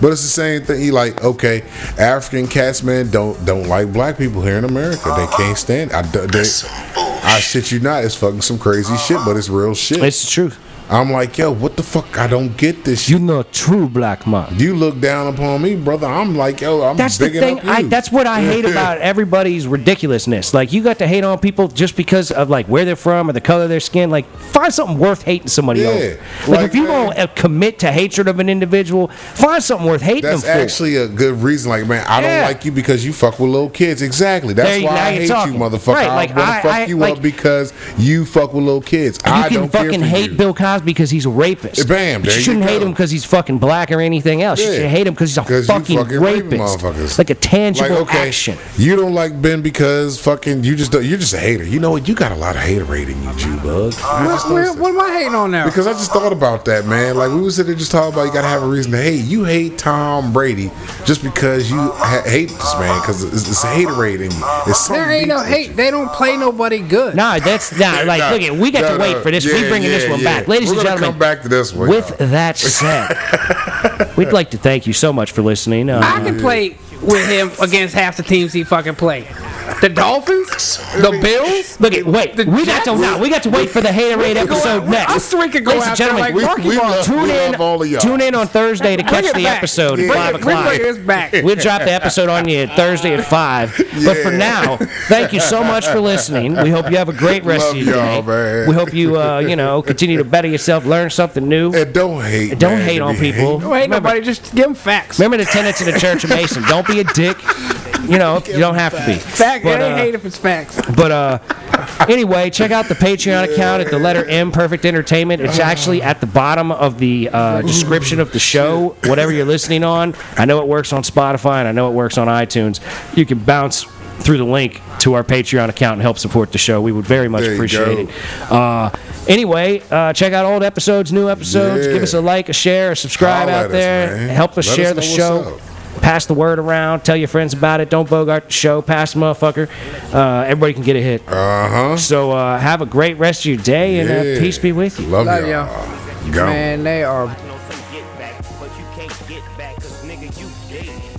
Speaker 3: But it's the same thing. He like, okay, African cats, man, don't don't like black people here in America. They can't stand. It. I d- they,
Speaker 9: That's some bullshit.
Speaker 3: I shit you not. It's fucking some crazy shit, but it's real shit.
Speaker 1: it's the truth.
Speaker 3: I'm like, yo, what the fuck? I don't get this. shit.
Speaker 1: You know, true black man.
Speaker 3: You look down upon me, brother. I'm like, yo, I'm
Speaker 1: That's the
Speaker 3: bigging
Speaker 1: thing.
Speaker 3: up you.
Speaker 1: I, that's what I hate about everybody's ridiculousness. Like you got to hate on people just because of like where they're from or the color of their skin. Like find something worth hating somebody
Speaker 3: Yeah.
Speaker 1: over. Like,
Speaker 3: Like,
Speaker 1: if you
Speaker 3: man-
Speaker 1: don't uh, commit to hatred of an individual, find something worth hating
Speaker 3: That's
Speaker 1: them for.
Speaker 3: actually a good reason. Like, man, I
Speaker 1: Yeah.
Speaker 3: don't like you because you fuck with little kids. Exactly. That's
Speaker 1: There you-
Speaker 3: why
Speaker 1: now
Speaker 3: I
Speaker 1: you're
Speaker 3: hate
Speaker 1: talking.
Speaker 3: you, motherfucker.
Speaker 1: Right,
Speaker 3: I
Speaker 1: like,
Speaker 3: want
Speaker 1: I-
Speaker 3: to fuck
Speaker 1: I-
Speaker 3: you
Speaker 1: like-
Speaker 3: up because you fuck with little kids.
Speaker 1: You
Speaker 3: I
Speaker 1: can
Speaker 3: don't
Speaker 1: fucking
Speaker 3: care for
Speaker 1: hate
Speaker 3: you.
Speaker 1: Bill Cosby because he's a rapist.
Speaker 3: Bam,
Speaker 1: But
Speaker 3: there
Speaker 1: you
Speaker 3: you
Speaker 1: shouldn't hate
Speaker 3: go.
Speaker 1: him because he's fucking black or anything else. You
Speaker 3: Yeah.
Speaker 1: should hate him because he's a
Speaker 3: 'Cause you
Speaker 1: fucking,
Speaker 3: raping
Speaker 1: rapist.
Speaker 3: motherfuckers.
Speaker 1: Like a tangible
Speaker 3: Like, okay,
Speaker 1: action.
Speaker 3: You don't like Ben because fucking you just don't- you're just a hater. You know what? You got a lot of haterade in you, Jew bug. I just
Speaker 2: What,
Speaker 3: noticed
Speaker 2: what,
Speaker 3: it.
Speaker 2: what am I hating on now?
Speaker 3: Because I just thought about that, man. Like we was sitting there just talking about, you gotta have a reason to hate. You hate Tom Brady just because you ha- hate this man, because it's, it's haterade in you. It's something
Speaker 2: there ain't
Speaker 3: deep
Speaker 2: no
Speaker 3: with
Speaker 2: hate.
Speaker 3: you.
Speaker 2: They don't play nobody good.
Speaker 1: Nah, that's not like.
Speaker 3: Nah,
Speaker 1: look at we got
Speaker 3: nah,
Speaker 1: to wait
Speaker 3: nah.
Speaker 1: for this. we
Speaker 3: Yeah,
Speaker 1: bringing this
Speaker 3: yeah,
Speaker 1: one
Speaker 3: yeah.
Speaker 1: back, ladies
Speaker 3: We're
Speaker 1: and
Speaker 3: gonna
Speaker 1: gentlemen.
Speaker 3: come back to this one.
Speaker 1: With that said, we'd like to thank you so much for listening. Uh,
Speaker 2: I can play with him against half the teams he fucking played. The Dolphins, the Bills.
Speaker 1: Look at wait.
Speaker 2: The
Speaker 1: we got to
Speaker 2: Jets?
Speaker 1: nah, we got to wait for the haterade episode
Speaker 2: out-
Speaker 1: next.
Speaker 2: us three could go
Speaker 1: Ladies and
Speaker 2: out there
Speaker 1: gentlemen,
Speaker 2: like
Speaker 3: We-
Speaker 2: Marky
Speaker 3: we
Speaker 2: Ball.
Speaker 3: love-
Speaker 1: tune
Speaker 3: we
Speaker 1: in.
Speaker 3: love all of y'all.
Speaker 1: Tune in on Thursday to
Speaker 2: Bring
Speaker 1: catch
Speaker 2: it
Speaker 1: the
Speaker 2: back.
Speaker 1: episode at
Speaker 2: Bring
Speaker 1: five
Speaker 2: it- bring
Speaker 1: o'clock.
Speaker 2: it back.
Speaker 1: We'll drop the episode on you Thursday at five. But for
Speaker 3: Yeah.
Speaker 1: now, thank you so much for listening. We hope you have a great rest
Speaker 3: Love
Speaker 1: of your day.
Speaker 3: y'all, man.
Speaker 1: We hope you uh, you know continue to better yourself, learn something new.
Speaker 3: And don't hate.
Speaker 1: And don't
Speaker 3: man.
Speaker 1: hate on
Speaker 3: If you
Speaker 1: people.
Speaker 2: Don't hate
Speaker 1: Remember-
Speaker 2: nobody. Just give them facts.
Speaker 1: Remember the tenets of the Church of Mason. Don't be a dick. You know, you don't have to be.
Speaker 2: Fact.
Speaker 1: But,
Speaker 2: It ain't
Speaker 1: uh,
Speaker 2: hate if it's facts.
Speaker 1: But uh, anyway, check out the Patreon account at the letter M Perfect Entertainment. It's actually at the bottom of the uh, description of the show, whatever you're listening on. I know it works on Spotify and I know it works on iTunes. You can bounce through the link to our Patreon account and help support the show. We would very much
Speaker 3: There you
Speaker 1: appreciate
Speaker 3: go.
Speaker 1: it. Uh, anyway, uh, check out old episodes, new episodes.
Speaker 3: Yeah.
Speaker 1: Give us a like, a share, a subscribe out
Speaker 3: Holla at us,
Speaker 1: there.
Speaker 3: man.
Speaker 1: help us
Speaker 3: Let us
Speaker 1: share the
Speaker 3: know what's
Speaker 1: show
Speaker 3: up.
Speaker 1: pass the word around. Tell your friends about it. Don't bogart the show. Pass the motherfucker. Uh, everybody can get a hit.
Speaker 3: Uh huh.
Speaker 1: So uh, have a great rest of your day and uh, peace be with you.
Speaker 3: Love,
Speaker 2: Love
Speaker 3: y'all. Go.
Speaker 2: Man, they are
Speaker 10: Knock on some get back, but you can't get back 'cause nigga, you dead.